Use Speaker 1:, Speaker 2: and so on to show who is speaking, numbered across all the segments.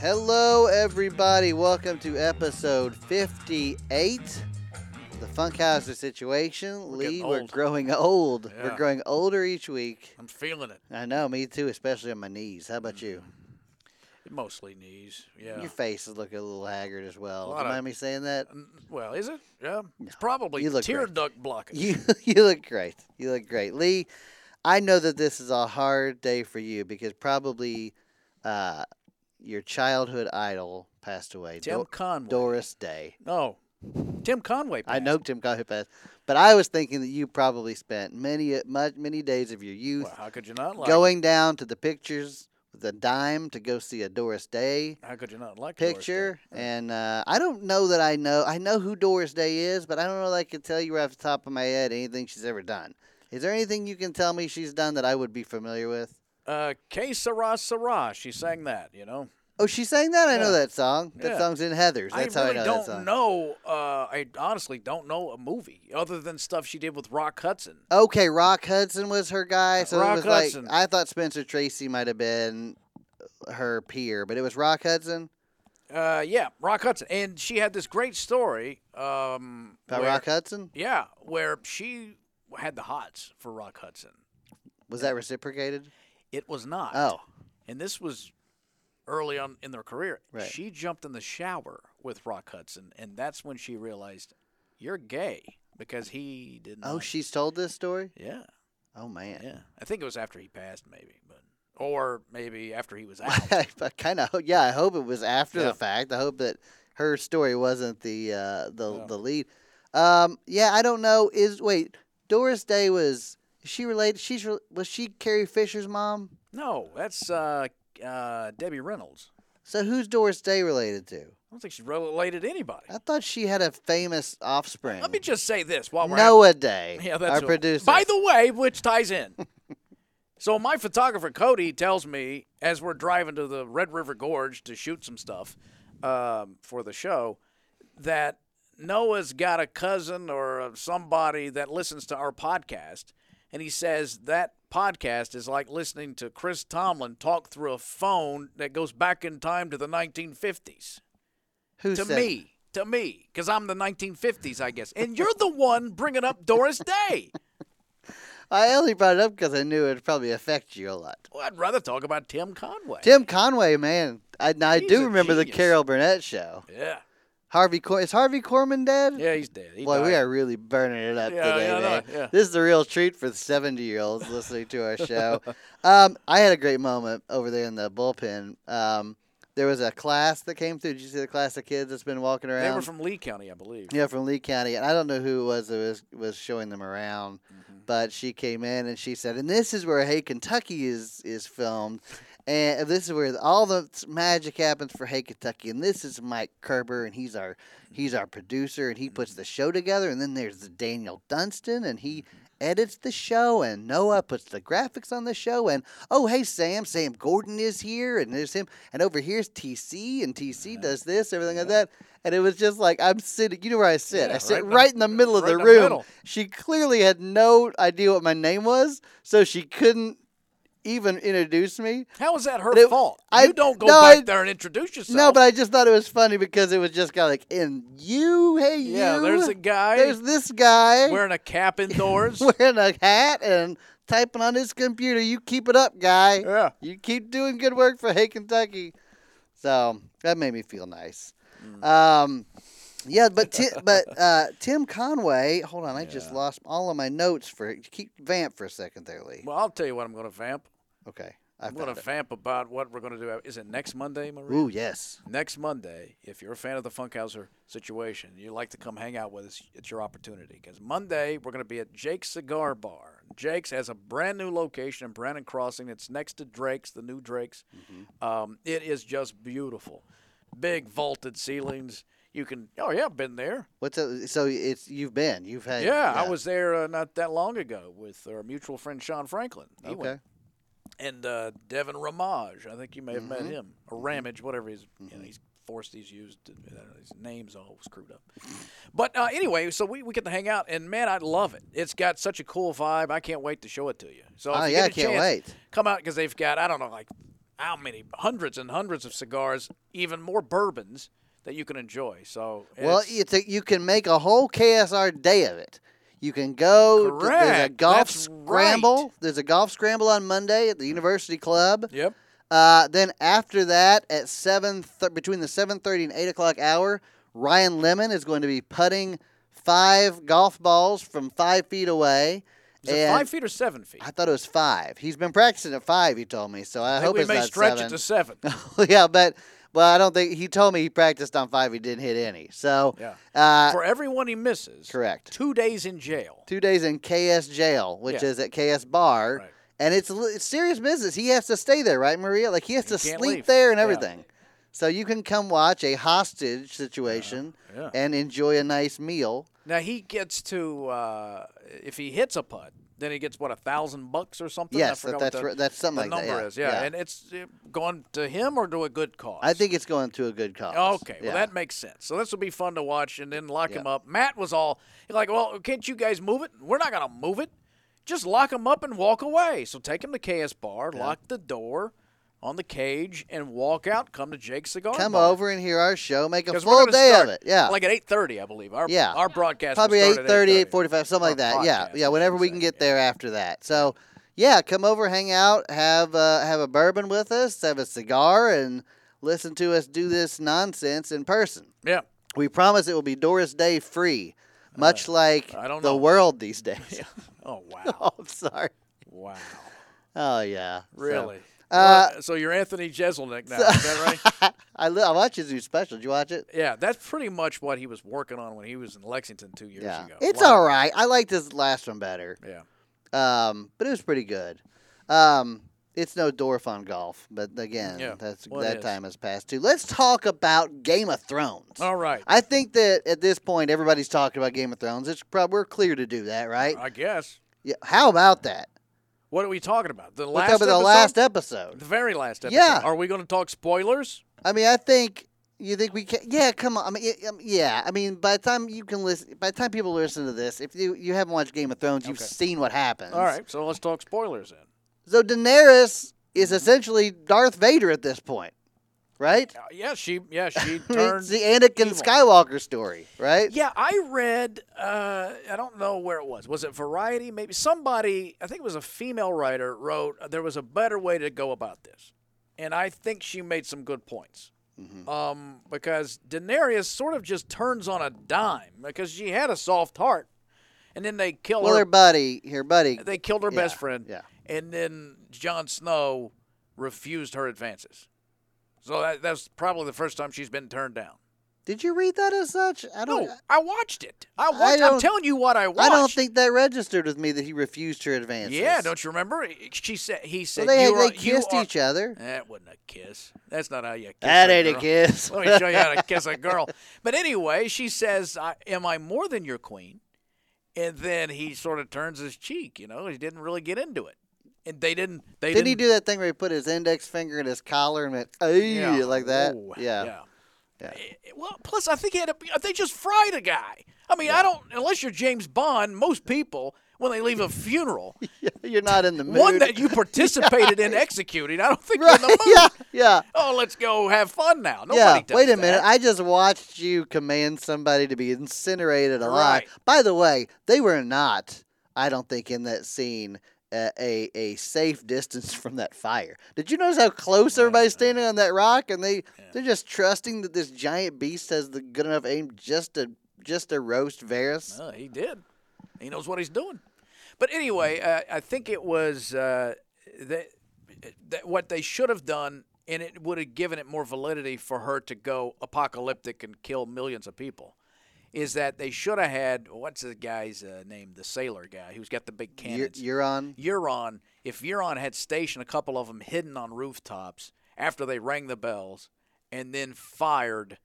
Speaker 1: Hello, everybody. Welcome to episode 58 of the Funkhauser Situation. Lee,
Speaker 2: getting
Speaker 1: we're
Speaker 2: old.
Speaker 1: growing old. We're
Speaker 2: Yeah.
Speaker 1: growing older each week.
Speaker 2: I'm feeling it.
Speaker 1: I know, me too, especially on my knees. How about you?
Speaker 2: Mostly knees. Mm, Yeah.
Speaker 1: Your face is looking a little haggard as well. Do
Speaker 2: lot
Speaker 1: you
Speaker 2: of-
Speaker 1: mind me saying that?
Speaker 2: Mm, Well, is it? Yeah. It's probably
Speaker 1: You look
Speaker 2: tear
Speaker 1: great.
Speaker 2: duct blocking.
Speaker 1: You, you look great. You look great. Lee, I know that this is a hard day for you because probably uh, your childhood idol passed away.
Speaker 2: Tim
Speaker 1: Dor-
Speaker 2: Conway.
Speaker 1: Doris Day.
Speaker 2: No. Tim Conway.
Speaker 1: I
Speaker 2: passed.
Speaker 1: know Tim Conway passed, but I was thinking that you probably spent many much, many days of your youth
Speaker 2: Well, how could you not like?
Speaker 1: going down to the pictures with a dime to go see a Doris Day
Speaker 2: How could you not like Doris Day?
Speaker 1: picture. And uh, I don't know that I know. I know who Doris Day is, but I don't know that I can tell you right off the top of my head anything she's ever done. Is there anything you can tell me she's done that I would be familiar with?
Speaker 2: Uh, K Sarah Sarah. She sang that. You know.
Speaker 1: Oh, she sang that. I know
Speaker 2: Yeah.
Speaker 1: that song. That
Speaker 2: Yeah.
Speaker 1: song's in Heather's. That's
Speaker 2: I
Speaker 1: how I
Speaker 2: really
Speaker 1: know that
Speaker 2: don't
Speaker 1: song.
Speaker 2: know. Uh, I honestly don't know a movie other than stuff she did with Rock Hudson.
Speaker 1: Okay, Rock Hudson was her guy. So it
Speaker 2: Rock
Speaker 1: was
Speaker 2: Hudson.
Speaker 1: like I thought Spencer Tracy might have been her peer, but it was Rock Hudson.
Speaker 2: Uh, yeah, Rock Hudson, and she had this great story. Um,
Speaker 1: About
Speaker 2: where-
Speaker 1: Rock Hudson?
Speaker 2: Yeah, where she had the hots for Rock Hudson.
Speaker 1: Was that reciprocated?
Speaker 2: It was not.
Speaker 1: Oh.
Speaker 2: and this was early on in their career.
Speaker 1: Right.
Speaker 2: She jumped in the shower with Rock Hudson, and that's when she realized you're gay because he didn't.
Speaker 1: Oh,
Speaker 2: like it.
Speaker 1: she's told this story?
Speaker 2: Yeah,
Speaker 1: Oh man.
Speaker 2: yeah. I think it was after he passed, maybe, but or maybe after he was out.
Speaker 1: I kind of yeah, I hope it was after
Speaker 2: Yeah.
Speaker 1: the fact. I hope that her story wasn't the uh, the
Speaker 2: Yeah.
Speaker 1: the lead. Um, yeah, I don't know is wait, Doris Day was is she related she's re- was she Carrie Fisher's mom?
Speaker 2: no, that's uh, uh, Debbie Reynolds.
Speaker 1: So who's Doris Day related to?
Speaker 2: I don't think she's related to anybody.
Speaker 1: I thought she had a famous offspring.
Speaker 2: Let me just say this while we're at
Speaker 1: Noah Day.
Speaker 2: Yeah, that's
Speaker 1: our
Speaker 2: who-
Speaker 1: producer.
Speaker 2: By the way, which ties in. so my photographer Cody tells me as we're driving to the Red River Gorge to shoot some stuff um, for the show that Noah's got a cousin or somebody that listens to our podcast, and he says that podcast is like listening to Chris Tomlin talk through a phone that goes back in time to the 1950s
Speaker 1: who
Speaker 2: to
Speaker 1: said-
Speaker 2: me, to me, because I'm the 1950s, I guess, and you're the one bringing up Doris Day.
Speaker 1: I only brought it up because I knew it would probably affect you a lot.
Speaker 2: Well, I'd rather talk about Tim Conway.
Speaker 1: Tim Conway, man, I, now I
Speaker 2: He's
Speaker 1: do
Speaker 2: a
Speaker 1: remember the
Speaker 2: genius.
Speaker 1: Carol Burnett show.
Speaker 2: Yeah,
Speaker 1: Harvey Cor- is Harvey Corman dead?
Speaker 2: yeah, he's dead. He
Speaker 1: Boy, we
Speaker 2: died.
Speaker 1: are really burning it up
Speaker 2: Yeah,
Speaker 1: today,
Speaker 2: yeah, I know,
Speaker 1: man.
Speaker 2: yeah.
Speaker 1: This is a real treat for the 70 year olds listening to our show. um, I had a great moment over there in the bullpen. Um, there was a class that came through. Did you see the class of kids that's been walking around?
Speaker 2: They were from Lee County, I believe.
Speaker 1: Yeah, from Lee County, and I don't know who it was that was, was showing them around,
Speaker 2: Mm-hmm.
Speaker 1: but she came in and she said, "And this is where Hey Kentucky is is filmed, and this is where all the s- magic happens for Hey Kentucky, and this is Mike Kerber, and he's our
Speaker 2: Mm-hmm.
Speaker 1: he's our producer, and he puts the show together, and then there's the Daniel Dunstan, and he."
Speaker 2: Mm-hmm.
Speaker 1: Edits the show and Noah puts the graphics on the show and oh hey Sam Sam Gordon is here and there's him and over here's TC and TC does this everything like that and it was just like I'm sitting you know where I sit sit.
Speaker 2: Yeah,
Speaker 1: I sit
Speaker 2: right in
Speaker 1: right,
Speaker 2: the-
Speaker 1: in the middle of
Speaker 2: right
Speaker 1: the
Speaker 2: in the
Speaker 1: room.
Speaker 2: middle.
Speaker 1: She clearly had no idea what my name was, so she couldn't even introduce me.
Speaker 2: How is that her
Speaker 1: But it-
Speaker 2: fault?
Speaker 1: I-
Speaker 2: you don't go
Speaker 1: no,
Speaker 2: back
Speaker 1: I-
Speaker 2: there and introduce yourself.
Speaker 1: No, but I just thought it was funny because it was just kind of like, and you, hey,
Speaker 2: yeah,
Speaker 1: you.
Speaker 2: there's a guy
Speaker 1: There's this guy
Speaker 2: wearing a cap indoors.
Speaker 1: wearing a hat and typing on his computer. You keep it up, guy.
Speaker 2: yeah,
Speaker 1: You keep doing good work for Hey Kentucky. So that made me feel nice.
Speaker 2: Mm.
Speaker 1: Um, yeah, but Ti- but uh, Tim Conway. Hold on, I just
Speaker 2: Yeah.
Speaker 1: lost all of my notes for keep vamp for a second there, Lee.
Speaker 2: well, I'll tell you what I'm going to vamp.
Speaker 1: Okay, I
Speaker 2: I'm going
Speaker 1: found
Speaker 2: to
Speaker 1: it.
Speaker 2: vamp about what we're going to do. Is it next Monday, Maria?
Speaker 1: Ooh yes,
Speaker 2: Next Monday, if you're a fan of the Funkhauser situation, you like to come hang out with us, it's your opportunity. Because Monday, we're going to be at Jake's Cigar Bar. Jake's has a brand new location in Brandon Crossing. It's next to Drake's, the new Drake's. Um, it is just beautiful. Big vaulted ceilings. You can, oh, yeah, I've been there.
Speaker 1: what's a, so it's you've been you've had
Speaker 2: yeah, I was there uh, not that long ago with our mutual friend Sean Franklin. He went
Speaker 1: okay
Speaker 2: and uh, Devin Ramage. I think you may have met
Speaker 1: Mm-hmm.
Speaker 2: him, or Ramage, whatever he's you know, he's forced he's used. to- I don't know, his name's all screwed up. But uh, anyway, so we, we get to hang out, and man, I love it. It's got such a cool vibe. I can't wait to show it to you. So if
Speaker 1: Oh,
Speaker 2: you
Speaker 1: yeah,
Speaker 2: get
Speaker 1: I
Speaker 2: a
Speaker 1: can't
Speaker 2: chance,
Speaker 1: wait.
Speaker 2: Come out because they've got I don't know like how many hundreds and hundreds of cigars, even more bourbons that you can enjoy. So
Speaker 1: Well,
Speaker 2: it's-
Speaker 1: it's a, you can make a whole KSR day of it. You can go. th- There's a
Speaker 2: Correct.
Speaker 1: golf
Speaker 2: That's
Speaker 1: scramble.
Speaker 2: right.
Speaker 1: There's a golf scramble on Monday at the University Club.
Speaker 2: yep.
Speaker 1: Uh, then after that, at seven th- between the seven thirty and eight o'clock hour, Ryan Lemon is going to be putting five golf balls from five feet away.
Speaker 2: Is it
Speaker 1: and
Speaker 2: five feet or seven feet?
Speaker 1: I thought it was five. He's been practicing at five. He told me, so I,
Speaker 2: I think
Speaker 1: hope
Speaker 2: we
Speaker 1: it's
Speaker 2: may
Speaker 1: not
Speaker 2: stretch
Speaker 1: seven.
Speaker 2: it to seven.
Speaker 1: yeah, but well, I don't think he told me he practiced on five. He didn't hit any. So
Speaker 2: Yeah.
Speaker 1: uh,
Speaker 2: For everyone he misses,
Speaker 1: correct.
Speaker 2: two days in jail.
Speaker 1: Two days in KS jail, which
Speaker 2: Yeah.
Speaker 1: is at KS Bar,
Speaker 2: Right.
Speaker 1: and it's, li- it's serious business. He has to stay there, right, Maria? Like he has to
Speaker 2: can't
Speaker 1: sleep
Speaker 2: leave.
Speaker 1: there and
Speaker 2: Yeah.
Speaker 1: everything. So you can come watch a hostage situation
Speaker 2: Yeah.
Speaker 1: and enjoy a nice meal.
Speaker 2: Now he gets to uh, if he hits a putt, then he gets what a thousand bucks or something. I
Speaker 1: Yes, that,
Speaker 2: forgot
Speaker 1: that's
Speaker 2: what the,
Speaker 1: ri- that's
Speaker 2: the
Speaker 1: something like
Speaker 2: number
Speaker 1: that.
Speaker 2: is. Yeah. and it's uh, going to him or to a good cause.
Speaker 1: I think it's going to a good cause.
Speaker 2: Okay, well
Speaker 1: Yeah.
Speaker 2: that makes sense. So this will be fun to watch, and then lock
Speaker 1: Yeah.
Speaker 2: him up. Matt was all like, "Well, can't you guys move it? We're not gonna move it. Just lock him up and walk away." So take him to KS Bar, lock the door on the cage, and walk out. Come to Jake's Cigar.
Speaker 1: come
Speaker 2: Bar.
Speaker 1: over and hear our show. Make a
Speaker 2: 'Cause
Speaker 1: full
Speaker 2: we're gonna
Speaker 1: day
Speaker 2: start
Speaker 1: of it. Yeah,
Speaker 2: like at eight thirty, I believe. Our
Speaker 1: Yeah.
Speaker 2: our broadcast will
Speaker 1: probably
Speaker 2: start at
Speaker 1: 8.30
Speaker 2: 8:30.
Speaker 1: 8.45 something like
Speaker 2: Or
Speaker 1: that yeah
Speaker 2: uh, podcast,
Speaker 1: yeah
Speaker 2: I
Speaker 1: whenever
Speaker 2: should
Speaker 1: we can
Speaker 2: say,
Speaker 1: get
Speaker 2: yeah.
Speaker 1: there after that so yeah come over hang out have uh, have a bourbon with us have a cigar and listen to us do this nonsense in person
Speaker 2: Yeah.
Speaker 1: we promise it will be doris day free much like
Speaker 2: Uh, I don't
Speaker 1: the
Speaker 2: know.
Speaker 1: world these days
Speaker 2: Oh wow.
Speaker 1: oh i'm sorry
Speaker 2: wow.
Speaker 1: oh yeah So,
Speaker 2: Really.
Speaker 1: Uh,
Speaker 2: Well, so you're Anthony Jeselnik now, is that right?
Speaker 1: I, li- I watched his new special did you watch it
Speaker 2: Yeah, that's pretty much what he was working on when he was in Lexington two years
Speaker 1: yeah
Speaker 2: ago.
Speaker 1: it's
Speaker 2: Wow.
Speaker 1: all right i liked his last one better
Speaker 2: Yeah.
Speaker 1: Um, but it was pretty good. Um, it's no Dorf on golf, but again,
Speaker 2: Yeah,
Speaker 1: that's
Speaker 2: well, it
Speaker 1: that
Speaker 2: is.
Speaker 1: time has passed too. Let's talk about Game of Thrones.
Speaker 2: All right.
Speaker 1: I think that at this point, everybody's talking about Game of Thrones. It's prob- we're clear to do that, right?
Speaker 2: I guess.
Speaker 1: yeah. How about that?
Speaker 2: What are we talking about? The
Speaker 1: Let's
Speaker 2: last
Speaker 1: talk about the
Speaker 2: episode?
Speaker 1: last episode.
Speaker 2: The very last episode.
Speaker 1: Yeah.
Speaker 2: Are we going to talk spoilers?
Speaker 1: I mean, I think you think we can. Yeah, come on. I mean, yeah, um, yeah. I mean, by the time you can listen, by the time people listen to this, if you you haven't watched Game of Thrones, you've
Speaker 2: Okay.
Speaker 1: seen what happens.
Speaker 2: All right. So let's talk spoilers then.
Speaker 1: So Daenerys is essentially Darth Vader at this point, right?
Speaker 2: Uh, yeah, she yeah, she
Speaker 1: I mean,
Speaker 2: turned
Speaker 1: it's the Anakin
Speaker 2: evil.
Speaker 1: Skywalker story, right?
Speaker 2: Yeah, I read. Uh, I don't know where it was. Was it Variety? Maybe somebody. I think it was a female writer wrote. uh, There was a better way to go about this, and I think she made some good points.
Speaker 1: Mm-hmm.
Speaker 2: Um, because Daenerys sort of just turns on a dime because she had a soft heart, and then they kill
Speaker 1: Well,
Speaker 2: her.
Speaker 1: her buddy, her buddy.
Speaker 2: They killed her best
Speaker 1: Yeah,
Speaker 2: friend.
Speaker 1: yeah.
Speaker 2: And then Jon Snow refused her advances. So that, that's probably the first time she's been turned down.
Speaker 1: Did you read that as such? I don't. uh,
Speaker 2: No, I watched it. I
Speaker 1: I
Speaker 2: watched.
Speaker 1: don't-
Speaker 2: I'm telling you what I watched.
Speaker 1: I don't think that registered with me that he refused her advances.
Speaker 2: Yeah, don't you remember? She said. He
Speaker 1: Well,
Speaker 2: said.
Speaker 1: they
Speaker 2: you
Speaker 1: had-
Speaker 2: are,
Speaker 1: they kissed
Speaker 2: you are,
Speaker 1: each other.
Speaker 2: That wasn't a kiss. That's not how you kiss.
Speaker 1: That
Speaker 2: a
Speaker 1: ain't a
Speaker 2: girl.
Speaker 1: kiss.
Speaker 2: Let me show you how to kiss a girl. But anyway, she says, I, "Am I more than your queen?" And then he sort of turns his cheek. You know, he didn't really get into it, and they didn't. They
Speaker 1: Didn't he
Speaker 2: didn't.
Speaker 1: do that thing where he put his index finger in his collar and went, "Ay,"
Speaker 2: Yeah,
Speaker 1: like that?
Speaker 2: oh,
Speaker 1: yeah.
Speaker 2: yeah.
Speaker 1: Yeah.
Speaker 2: Eh, eh, Well, plus I think he had a, they just fried a guy. I mean, I don't unless you're James Bond. Most people when they leave a funeral,
Speaker 1: You're not in the mood.
Speaker 2: one that you participated in executing. I don't think
Speaker 1: right?
Speaker 2: you're in the mood.
Speaker 1: Yeah, yeah.
Speaker 2: Oh, let's go have fun now. Nobody
Speaker 1: yeah,
Speaker 2: does
Speaker 1: wait a
Speaker 2: that.
Speaker 1: minute. I just watched you command somebody to be incinerated alive.
Speaker 2: Right.
Speaker 1: By the way, they were not, I don't think, in that scene, uh, a a safe distance from that fire. Did you notice how close everybody's standing on that rock, and they they're just trusting that this giant beast has the good enough aim just to just to roast Varys?
Speaker 2: No, Uh, he did. He knows what he's doing. But anyway, uh, I think it was uh, that, that what they should have done, and it would have given it more validity for her to go apocalyptic and kill millions of people. Is that they should have had what's the guy's uh, name, the sailor guy who's got the big
Speaker 1: You're,
Speaker 2: cannons?
Speaker 1: you're on.
Speaker 2: Euron, if Euron had stationed a couple of them hidden on rooftops after they rang the bells and then fired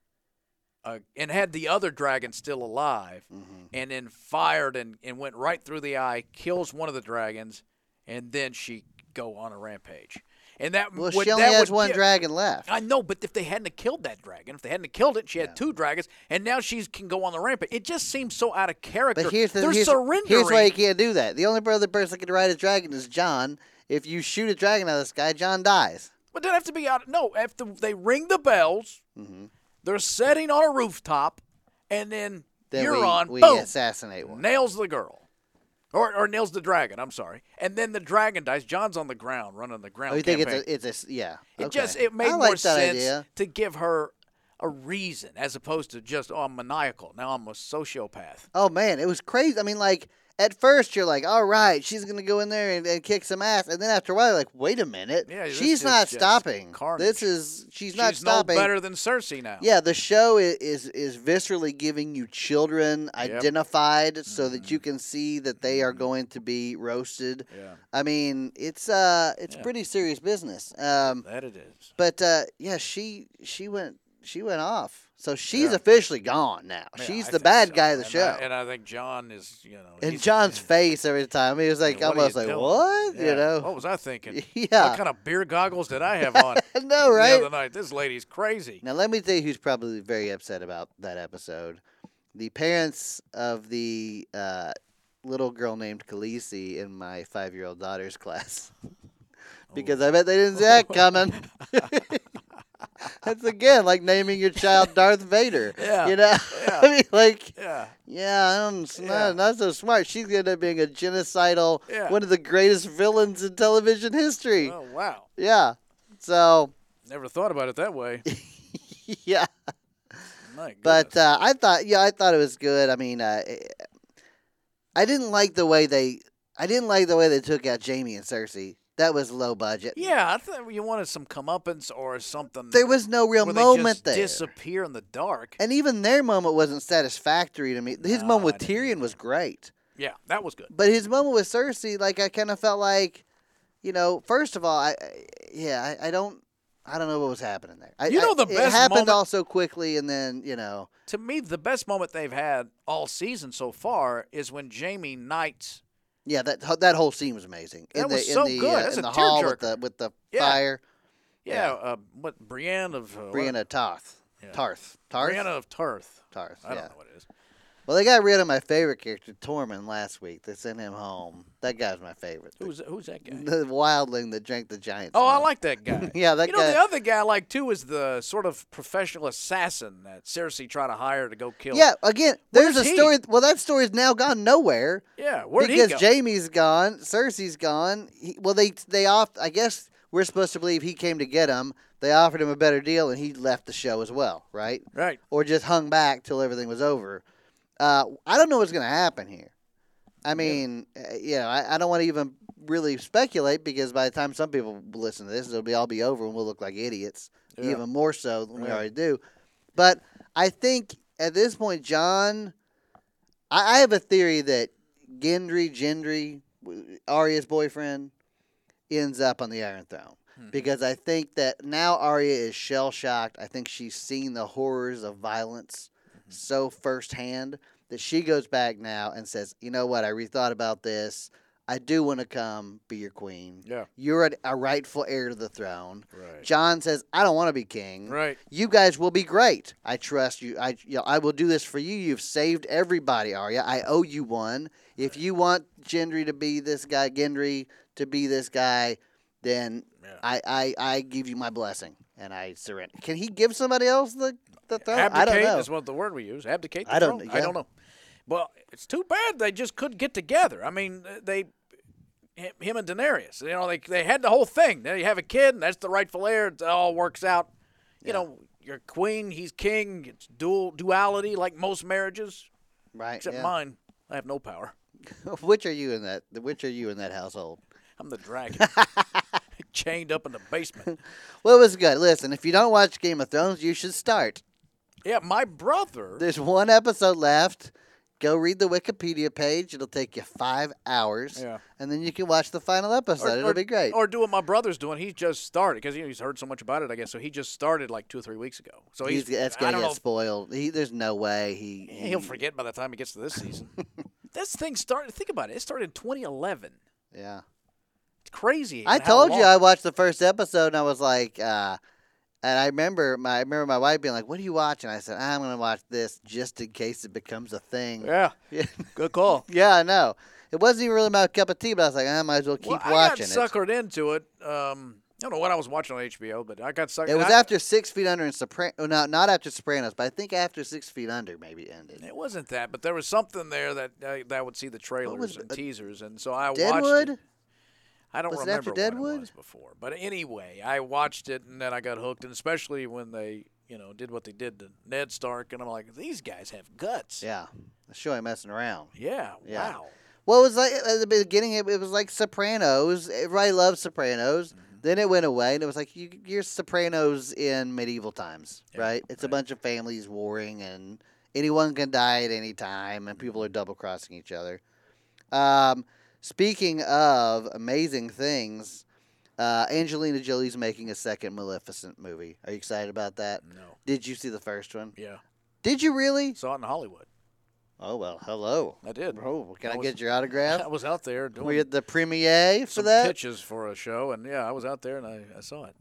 Speaker 2: uh, and had the other dragon still alive
Speaker 1: Mm-hmm.
Speaker 2: and then fired and, and went right through the eye, kills one of the dragons, and then she go on a rampage. And that
Speaker 1: Well,
Speaker 2: would,
Speaker 1: she only
Speaker 2: that
Speaker 1: has
Speaker 2: would
Speaker 1: one
Speaker 2: give-
Speaker 1: dragon left.
Speaker 2: I know, but if they hadn't have killed that dragon, if they hadn't have killed it, she had two dragons, and now she can go on the rampage. It just seems so out of character.
Speaker 1: But here's the
Speaker 2: They're
Speaker 1: here's,
Speaker 2: surrendering.
Speaker 1: here's why you can't do that. The only other person that can ride a dragon is John. If you shoot a dragon out of the sky, John dies.
Speaker 2: But it doesn't have to be out. No, after they ring the bells,
Speaker 1: Mm-hmm.
Speaker 2: they're setting on a rooftop, and then,
Speaker 1: Then
Speaker 2: you're
Speaker 1: we,
Speaker 2: on.
Speaker 1: we
Speaker 2: boom,
Speaker 1: assassinate one.
Speaker 2: nails the girl, or or nails the dragon. I'm sorry, and then the dragon dies. John's on the ground, running the ground.
Speaker 1: Oh, you think it's
Speaker 2: campaign.
Speaker 1: a, it's a, s- yeah.
Speaker 2: It
Speaker 1: okay.
Speaker 2: just it made
Speaker 1: I
Speaker 2: more
Speaker 1: like that
Speaker 2: sense
Speaker 1: idea.
Speaker 2: to give her a reason as opposed to just oh I'm maniacal. Now I'm a sociopath.
Speaker 1: Oh man, it was crazy. I mean, like at first you're like, all right, she's gonna go in there and, and kick some ass, and then after a while, you're like, wait a minute,
Speaker 2: Yeah, this
Speaker 1: she's
Speaker 2: is
Speaker 1: not
Speaker 2: just
Speaker 1: stopping.
Speaker 2: carnage.
Speaker 1: This is she's not
Speaker 2: She's
Speaker 1: stopping.
Speaker 2: no better than Cersei now.
Speaker 1: yeah, the show is, is is viscerally giving you children identified so that you can see that they are going to be roasted.
Speaker 2: Mm-hmm. Yeah.
Speaker 1: I mean, it's uh, it's pretty serious business. Um,
Speaker 2: That it is.
Speaker 1: but uh, yeah, she she went she went off, so she's officially gone now.
Speaker 2: Yeah,
Speaker 1: she's
Speaker 2: I
Speaker 1: the
Speaker 2: think
Speaker 1: bad
Speaker 2: so.
Speaker 1: guy of the
Speaker 2: And
Speaker 1: show.
Speaker 2: I, and I think John is, you know,
Speaker 1: In
Speaker 2: he's-
Speaker 1: John's face every time. He was like
Speaker 2: what are you
Speaker 1: almost like,
Speaker 2: doing?
Speaker 1: What?
Speaker 2: Yeah. Oh,
Speaker 1: You know?
Speaker 2: What was I thinking?
Speaker 1: Yeah.
Speaker 2: What kind of beer goggles did I have on
Speaker 1: I know,
Speaker 2: the
Speaker 1: right?
Speaker 2: other night? This lady's crazy.
Speaker 1: Now let me tell you who's probably very upset about that episode. The parents of the uh, little girl named Khaleesi in my five year old daughter's class. because
Speaker 2: Oh.
Speaker 1: I bet they didn't see that coming. That's again like naming your child Darth Vader.
Speaker 2: Yeah.
Speaker 1: You know? I mean like
Speaker 2: Yeah.
Speaker 1: Yeah, I'm s-
Speaker 2: Yeah.
Speaker 1: Not, not so smart. She's going to end up being a genocidal,
Speaker 2: Yeah.
Speaker 1: one of the greatest villains in television history.
Speaker 2: Oh wow.
Speaker 1: Yeah. So,
Speaker 2: Never thought about it that way.
Speaker 1: yeah.
Speaker 2: My
Speaker 1: But
Speaker 2: goodness.
Speaker 1: uh, I thought, yeah, I thought it was good. I mean, uh, it- I didn't like the way they, I didn't like the way they took out Jamie and Cersei. That was low budget.
Speaker 2: yeah, I thought you wanted some comeuppance or something.
Speaker 1: There was no real
Speaker 2: where
Speaker 1: moment
Speaker 2: they
Speaker 1: there.
Speaker 2: just disappear in the dark.
Speaker 1: and even their moment wasn't satisfactory to me. His
Speaker 2: No,
Speaker 1: moment with
Speaker 2: I
Speaker 1: Tyrion
Speaker 2: didn't
Speaker 1: was great.
Speaker 2: Yeah, that was good.
Speaker 1: But his moment with Cersei, like I kind of felt like, you know, first of all, I, I yeah, I, I don't, I don't know what was happening there. I,
Speaker 2: You know
Speaker 1: I-
Speaker 2: the
Speaker 1: it
Speaker 2: best
Speaker 1: happened
Speaker 2: moment-
Speaker 1: all so quickly, and then you know,
Speaker 2: To me, the best moment they've had all season so far is when Jamie knights.
Speaker 1: yeah, that ho- that whole scene was amazing.
Speaker 2: That
Speaker 1: in the,
Speaker 2: was
Speaker 1: in
Speaker 2: so
Speaker 1: the,
Speaker 2: good.
Speaker 1: uh,
Speaker 2: That's
Speaker 1: in
Speaker 2: a
Speaker 1: the hall with
Speaker 2: tearjerker.
Speaker 1: the with the
Speaker 2: Yeah.
Speaker 1: fire,
Speaker 2: Yeah, Uh, what Brienne of uh, what-
Speaker 1: Brianna Tarth, Tarth, Tarth,
Speaker 2: Brienne of Tarth.
Speaker 1: Tarth.
Speaker 2: I don't
Speaker 1: Yeah.
Speaker 2: know what it is.
Speaker 1: Well, they got rid of my favorite character, Tormund, last week. They sent him home. That guy's my favorite. The,
Speaker 2: Who's who's that guy?
Speaker 1: the wildling that drank the giant.
Speaker 2: Oh, I
Speaker 1: milk.
Speaker 2: like that guy.
Speaker 1: Yeah, that
Speaker 2: you know,
Speaker 1: guy-
Speaker 2: the other guy I like too is the sort of professional assassin that Cersei tried to hire to go kill.
Speaker 1: Yeah, again, there's a
Speaker 2: is he?
Speaker 1: story. Well, that story's now gone nowhere.
Speaker 2: yeah. Where'd
Speaker 1: because
Speaker 2: he go?
Speaker 1: Jamie's gone, Cersei's gone. He, well, they they off. I guess we're supposed to believe he came to get him. They offered him a better deal, and he left the show as well, right?
Speaker 2: right.
Speaker 1: Or just hung back till everything was over. Uh, I don't know what's going to happen here. I mean, uh, you know, I, I don't want to even really speculate because by the time some people listen to this, it'll be all be over, and we'll look like idiots
Speaker 2: Yeah.
Speaker 1: even more so than we
Speaker 2: Right.
Speaker 1: already do. But I think at this point, John. I, I have a theory that Gendry, Gendry, w- Arya's boyfriend, ends up on the Iron Throne
Speaker 2: Hmm.
Speaker 1: because I think that now Arya is shell shocked. I think she's seen the horrors of violence
Speaker 2: Mm-hmm.
Speaker 1: so firsthand that she goes back now and says, "You know what? I rethought about this. I do want to come be your queen.
Speaker 2: Yeah.
Speaker 1: You're a, a rightful heir to the throne."
Speaker 2: Right.
Speaker 1: John says, "I don't want to be king."
Speaker 2: Right.
Speaker 1: you guys will be great. I trust you. I you know, I will do this for you. You've saved everybody, Arya. I owe you one. If you want Gendry to be this guy, Gendry to be this guy, then
Speaker 2: Yeah.
Speaker 1: I, I, I give you my blessing and I surrender. Can he give somebody else the, the throne? I
Speaker 2: Abdicate
Speaker 1: don't know.
Speaker 2: is what the word we use. Abdicate. The
Speaker 1: I don't-
Speaker 2: throne. I
Speaker 1: yeah.
Speaker 2: don't know. Well, it's too bad they just couldn't get together. I mean, uh, they, him- him and Daenerys. You know, they they had the whole thing. They have a kid, and that's the rightful heir. It all works out. You know, you're queen, he's king. It's dual duality, like most marriages,
Speaker 1: right.
Speaker 2: except
Speaker 1: yeah.
Speaker 2: mine. I have no power.
Speaker 1: Which are you in that? Which are you in that household?
Speaker 2: I'm the dragon, chained up in the basement.
Speaker 1: Well, it was good. Listen, if you don't watch Game of Thrones, you should start.
Speaker 2: Yeah, my brother.
Speaker 1: There's one episode left. Go read the Wikipedia page. It'll take you five hours.
Speaker 2: Yeah.
Speaker 1: And then you can watch the final episode. It'll be great.
Speaker 2: Or do what my brother's doing. He just started because he's heard so much about it, I guess. So he just started like two or three weeks ago. So
Speaker 1: he's,
Speaker 2: he's,
Speaker 1: that's
Speaker 2: I
Speaker 1: gonna
Speaker 2: don't
Speaker 1: get
Speaker 2: know. if-
Speaker 1: spoiled. He, there's no way he, he
Speaker 2: He'll forget by the time he gets to this season. this thing started. Think about it. It started in 2011.
Speaker 1: Yeah.
Speaker 2: It's crazy.
Speaker 1: I
Speaker 2: how
Speaker 1: told you
Speaker 2: long-
Speaker 1: I watched the first episode and I was like, uh, and I remember my I remember my wife being like, "What are you watching?" I said, "I'm gonna watch this just in case it becomes a thing."
Speaker 2: Yeah.
Speaker 1: Yeah.
Speaker 2: Good call.
Speaker 1: Yeah, I know. It wasn't even really my cup of tea, but I was like, I might as well keep
Speaker 2: well, I got
Speaker 1: watching it.
Speaker 2: suckered into it. Um, I don't know what I was watching on HBO, but I got sucked.
Speaker 1: It was
Speaker 2: I-
Speaker 1: after Six Feet Under and Sopranos. No, not after Sopranos, but I think after Six Feet Under maybe ended.
Speaker 2: It wasn't that, but there was something there that uh, that I would see the trailers
Speaker 1: was
Speaker 2: and
Speaker 1: it?
Speaker 2: teasers, and so I watched.
Speaker 1: Deadwood.
Speaker 2: It. I don't
Speaker 1: Was it
Speaker 2: remember
Speaker 1: after
Speaker 2: what it
Speaker 1: Deadwood?
Speaker 2: was before, but anyway, I watched it and then I got hooked, and especially when they you know did what they did to Ned Stark, and I'm like, these guys have guts.
Speaker 1: Yeah, show him messing around.
Speaker 2: Yeah.
Speaker 1: Yeah.
Speaker 2: Wow.
Speaker 1: Well, it was like at the beginning, it, it was like Sopranos. Everybody loved Sopranos. Then it went away, and it was like you, you're Sopranos in medieval times,
Speaker 2: Yeah,
Speaker 1: right? It's a
Speaker 2: right.
Speaker 1: bunch of families warring, and anyone can die at any time, and people are double crossing each other. Um, speaking of amazing things, uh, Angelina Jolie's making a second Maleficent movie. Are you excited about that?
Speaker 2: No.
Speaker 1: Did you see the first one?
Speaker 2: Yeah.
Speaker 1: Did you really?
Speaker 2: Saw it in Hollywood.
Speaker 1: Oh well, hello.
Speaker 2: I did.
Speaker 1: Oh, can
Speaker 2: I
Speaker 1: I,
Speaker 2: was-
Speaker 1: get your autograph?
Speaker 2: I was out there
Speaker 1: Were you
Speaker 2: doing
Speaker 1: at the premiere for
Speaker 2: some
Speaker 1: that?
Speaker 2: pitches for a show, and yeah, I was out there and I, I saw it.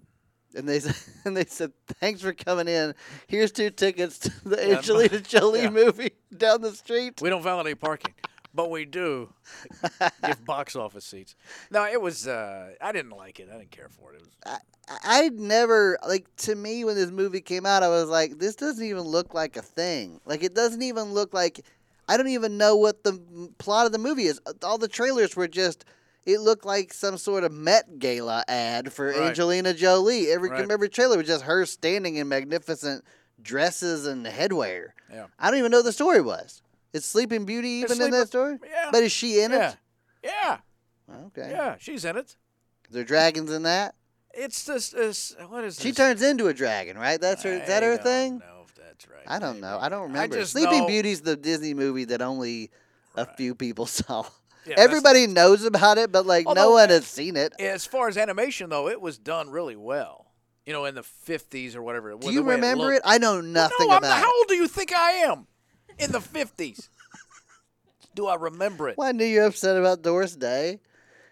Speaker 1: And they s- and they said, "Thanks for coming in. Here's two tickets to the
Speaker 2: Yeah,
Speaker 1: Angelina Jolie
Speaker 2: yeah.
Speaker 1: movie down the street."
Speaker 2: We don't validate parking, but we do give box office seats. No, it was. Uh, I didn't like it. I didn't care for it. It was.
Speaker 1: I- I'd never like to me when this movie came out, I was like, "This doesn't even look like a thing. Like it doesn't even look like. I don't even know what the m- plot of the movie is. All the trailers were just." It looked like some sort of Met Gala ad for
Speaker 2: Right.
Speaker 1: Angelina Jolie. Every
Speaker 2: Right.
Speaker 1: every trailer was just her standing in magnificent dresses and headwear.
Speaker 2: Yeah.
Speaker 1: I don't even know what the story was. Is Sleeping Beauty even
Speaker 2: It's
Speaker 1: in
Speaker 2: Sleeping-
Speaker 1: that story?
Speaker 2: Yeah.
Speaker 1: But is she in
Speaker 2: yeah.
Speaker 1: it?
Speaker 2: Yeah.
Speaker 1: Okay. There
Speaker 2: Yeah. She's in it.
Speaker 1: Is there dragons in that?
Speaker 2: It's this. this what is
Speaker 1: She
Speaker 2: this?
Speaker 1: turns into a dragon, right? That's her. Is that
Speaker 2: I
Speaker 1: her
Speaker 2: don't
Speaker 1: thing?
Speaker 2: know if that's right.
Speaker 1: I don't know.
Speaker 2: Maybe.
Speaker 1: I don't remember.
Speaker 2: just
Speaker 1: Sleeping
Speaker 2: know-
Speaker 1: Beauty's the Disney movie that only a
Speaker 2: Right.
Speaker 1: few people saw.
Speaker 2: Yeah, that's-
Speaker 1: Everybody knows about it, but like no
Speaker 2: Although
Speaker 1: one
Speaker 2: that-
Speaker 1: has seen it.
Speaker 2: As far as animation though, it was done really well. You know, in the fifties or whatever.
Speaker 1: Do you remember it, I know nothing
Speaker 2: no, I'm
Speaker 1: about
Speaker 2: not,
Speaker 1: it.
Speaker 2: how old do you think I am? In the fifties. do I remember it?
Speaker 1: Well, I knew you were upset about Doris Day,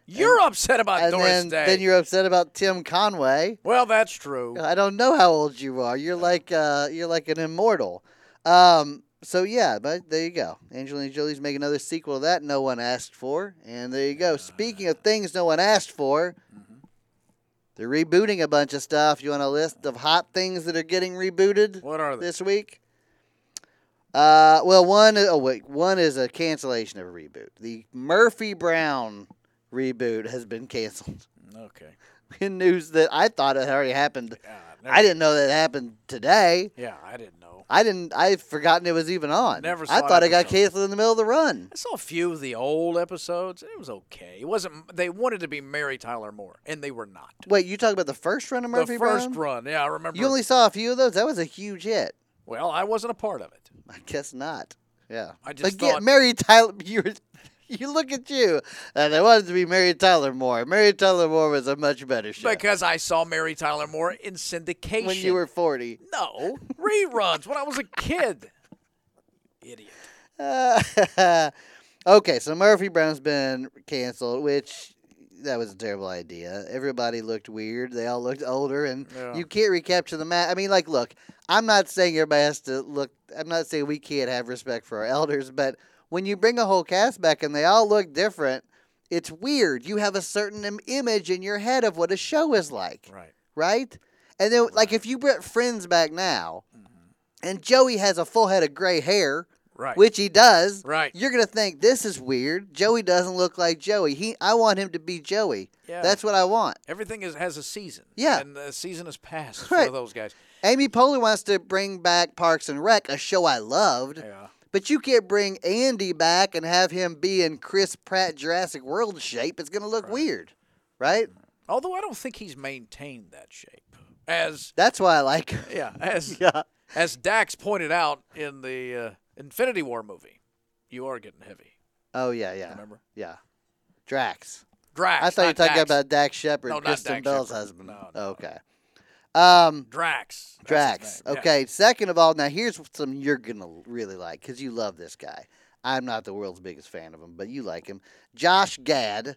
Speaker 2: You're upset about
Speaker 1: and
Speaker 2: Doris
Speaker 1: then
Speaker 2: Day.
Speaker 1: then you're upset about Tim Conway.
Speaker 2: well, that's true.
Speaker 1: I don't know how old you are. You're like uh, you're like an immortal. Um, so yeah, but there you go. Angelina Jolie's making another sequel to that no one asked for, and there you go. Speaking of things no one asked for, they're rebooting a bunch of stuff. You want a list of hot things that are getting rebooted
Speaker 2: What are they?
Speaker 1: this week? Uh, well, one oh wait, one is a cancellation of a reboot. The Murphy Brown reboot has been canceled.
Speaker 2: okay.
Speaker 1: In news that I thought had already happened
Speaker 2: Yeah, never-
Speaker 1: I didn't know that happened today.
Speaker 2: yeah, I didn't know.
Speaker 1: I didn't. I'd forgotten it was even on.
Speaker 2: Never
Speaker 1: I
Speaker 2: saw
Speaker 1: thought
Speaker 2: an
Speaker 1: it got
Speaker 2: episode.
Speaker 1: canceled in the middle of the run.
Speaker 2: I saw a few of the old episodes. It was okay. It wasn't. They wanted to be Mary Tyler Moore, and they were not.
Speaker 1: Wait, you talking about the first run of Murphy
Speaker 2: the first
Speaker 1: Brown?
Speaker 2: run, yeah, I remember.
Speaker 1: You only saw a few of those. That was a huge hit.
Speaker 2: well, I wasn't a part of it.
Speaker 1: I guess not. Yeah.
Speaker 2: I just
Speaker 1: Again,
Speaker 2: thought-
Speaker 1: Mary Tyler. You were, you look at you. And I wanted to be Mary Tyler Moore. Mary Tyler Moore was a much better show.
Speaker 2: Because I saw Mary Tyler Moore in syndication.
Speaker 1: when you were forty.
Speaker 2: no reruns when I was a kid. Idiot.
Speaker 1: Uh, okay, so Murphy Brown's been canceled, which that was a terrible idea. Everybody looked weird. They all looked older, and
Speaker 2: Yeah.
Speaker 1: you can't recapture the ma I mean, like, look, I'm not saying everybody has to look. I'm not saying we can't have respect for our elders, but when you bring a whole cast back and they all look different, it's weird. You have a certain im- image in your head of what a show is like
Speaker 2: Right.
Speaker 1: right? And then, like, if you brought Friends back now,
Speaker 2: Mm-hmm.
Speaker 1: and Joey has a full head of gray hair,
Speaker 2: Right.
Speaker 1: which he does,
Speaker 2: Right.
Speaker 1: You're gonna think this is weird. Joey doesn't look like Joey. He, I want him to be Joey.
Speaker 2: Yeah.
Speaker 1: That's what I want.
Speaker 2: Everything is has a season.
Speaker 1: Yeah.
Speaker 2: And the season has passed
Speaker 1: Right.
Speaker 2: for those guys.
Speaker 1: Amy Poehler wants to bring back Parks and Rec, a show I loved,
Speaker 2: Yeah.
Speaker 1: but you can't bring Andy back and have him be in Chris Pratt Jurassic World shape. It's gonna look weird, right?
Speaker 2: Although I don't think he's maintained that shape. As
Speaker 1: That's why I like. him.
Speaker 2: yeah, as
Speaker 1: yeah.
Speaker 2: as Dax pointed out in the uh, Infinity War movie, you are getting heavy.
Speaker 1: Oh yeah, yeah,
Speaker 2: Remember,
Speaker 1: yeah. Drax.
Speaker 2: Drax.
Speaker 1: I thought you were
Speaker 2: not
Speaker 1: talking
Speaker 2: Dax.
Speaker 1: about Dax Shepard,
Speaker 2: No, not
Speaker 1: Kristen
Speaker 2: Dax
Speaker 1: Bell's
Speaker 2: Shepard.
Speaker 1: husband.
Speaker 2: No, no,
Speaker 1: okay. Um,
Speaker 2: Drax. That's his
Speaker 1: Drax.
Speaker 2: name. Yeah.
Speaker 1: Okay. Second of all, now here's some you're gonna really like because you love this guy. I'm not the world's biggest fan of him, but you like him. Josh Gad,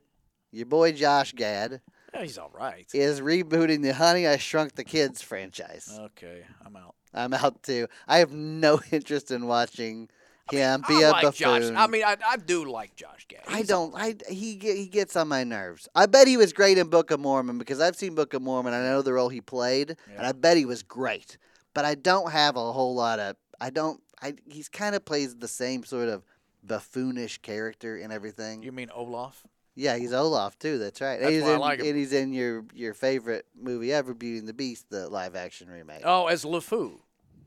Speaker 1: your boy Josh Gad,
Speaker 2: Yeah, he's all right.
Speaker 1: is rebooting the Honey I Shrunk the Kids
Speaker 2: Uh.
Speaker 1: franchise.
Speaker 2: Okay, I'm out.
Speaker 1: I'm out too. I have no interest in watching yeah,
Speaker 2: I
Speaker 1: be a
Speaker 2: like Josh.
Speaker 1: buffoon.
Speaker 2: I mean, I, I do like Josh Gad.
Speaker 1: I
Speaker 2: He's-
Speaker 1: don't. I he ge- he gets on my nerves. I bet he was great in Book of Mormon because I've seen Book of Mormon. I know the role he played, and
Speaker 2: Yeah.
Speaker 1: I bet he was great. But I don't have a whole lot of. I don't. I he's kind of plays the same sort of buffoonish character in everything.
Speaker 2: You mean Olaf?
Speaker 1: yeah, he's Olaf too. That's right.
Speaker 2: That's
Speaker 1: and he's
Speaker 2: why I
Speaker 1: in,
Speaker 2: like him.
Speaker 1: And he's in your your favorite movie ever, Beauty and the Beast, the live action remake.
Speaker 2: Oh, as LeFou.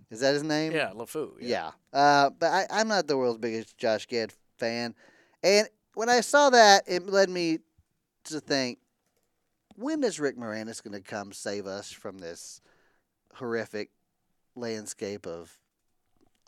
Speaker 1: Is that his name?
Speaker 2: Yeah, LeFou.
Speaker 1: Yeah. Uh, but I, I'm not the world's biggest Josh Gad fan. And when I saw that, it led me to think when is Rick Moranis going to come save us from this horrific landscape of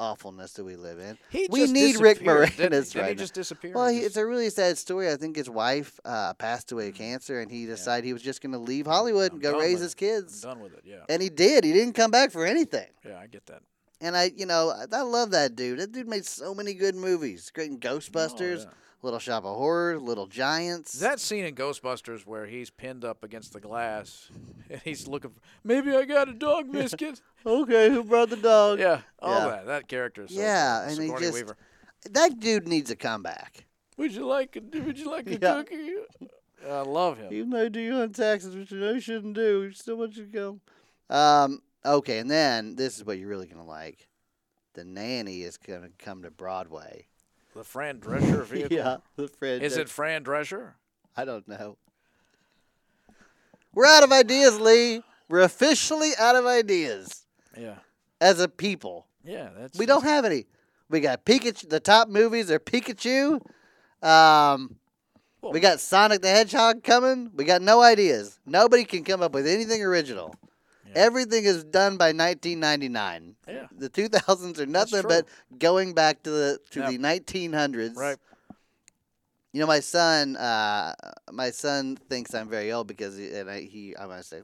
Speaker 1: awfulness that we live in?
Speaker 2: He
Speaker 1: We
Speaker 2: just
Speaker 1: need Rick
Speaker 2: disappeared, didn't he?
Speaker 1: Moranis
Speaker 2: Didn't he
Speaker 1: right now.
Speaker 2: just disappear?
Speaker 1: Well, he,
Speaker 2: Just-
Speaker 1: it's a really sad story. I think his wife uh, passed away of cancer, and he decided he was just going to leave Hollywood
Speaker 2: I'm
Speaker 1: and go
Speaker 2: done
Speaker 1: raise
Speaker 2: with
Speaker 1: his
Speaker 2: I'm
Speaker 1: kids.
Speaker 2: done with it. Yeah.
Speaker 1: And he did. He didn't come back for anything.
Speaker 2: Yeah, I get that. Oh,
Speaker 1: And I, you know, I, I love that dude. That dude made so many good movies. Great in Ghostbusters,
Speaker 2: yeah.
Speaker 1: Little Shop of Horrors, Little Giants.
Speaker 2: That scene in Ghostbusters where he's pinned up against the glass and he's looking for, maybe I got a dog biscuit.
Speaker 1: okay, who brought the dog?
Speaker 2: yeah, Oh, all
Speaker 1: Yeah.
Speaker 2: that. That character. is So
Speaker 1: Yeah,
Speaker 2: cool.
Speaker 1: and he
Speaker 2: Sigourney
Speaker 1: just-
Speaker 2: Weaver.
Speaker 1: That dude needs a comeback.
Speaker 2: Would you like a, would you like a
Speaker 1: Yeah.
Speaker 2: cookie? I love him.
Speaker 1: Even though you do on taxes, which you know you shouldn't do, you still want you to go. Um, okay, and then this is what you're really gonna like. The nanny is gonna come to Broadway.
Speaker 2: The Fran Drescher vehicle.
Speaker 1: Yeah, the Fred.
Speaker 2: Is
Speaker 1: Durst-
Speaker 2: it Fran Drescher?
Speaker 1: I don't know. We're out of ideas, Lee. We're officially out of ideas
Speaker 2: Yeah.
Speaker 1: as a people.
Speaker 2: Yeah, that's
Speaker 1: We don't have any. We got Pikachu. The top movies are Pikachu. Um,
Speaker 2: Well-
Speaker 1: we got Sonic the Hedgehog coming. We got no ideas. Nobody can come up with anything original.
Speaker 2: Yeah.
Speaker 1: Everything is done by 1999.
Speaker 2: Yeah.
Speaker 1: The 2000s are nothing
Speaker 2: true.
Speaker 1: but going back to the to
Speaker 2: Yeah.
Speaker 1: the 1900s.
Speaker 2: Right.
Speaker 1: You know, my son, uh, my son thinks I'm very old because, he- and I, he, I might say,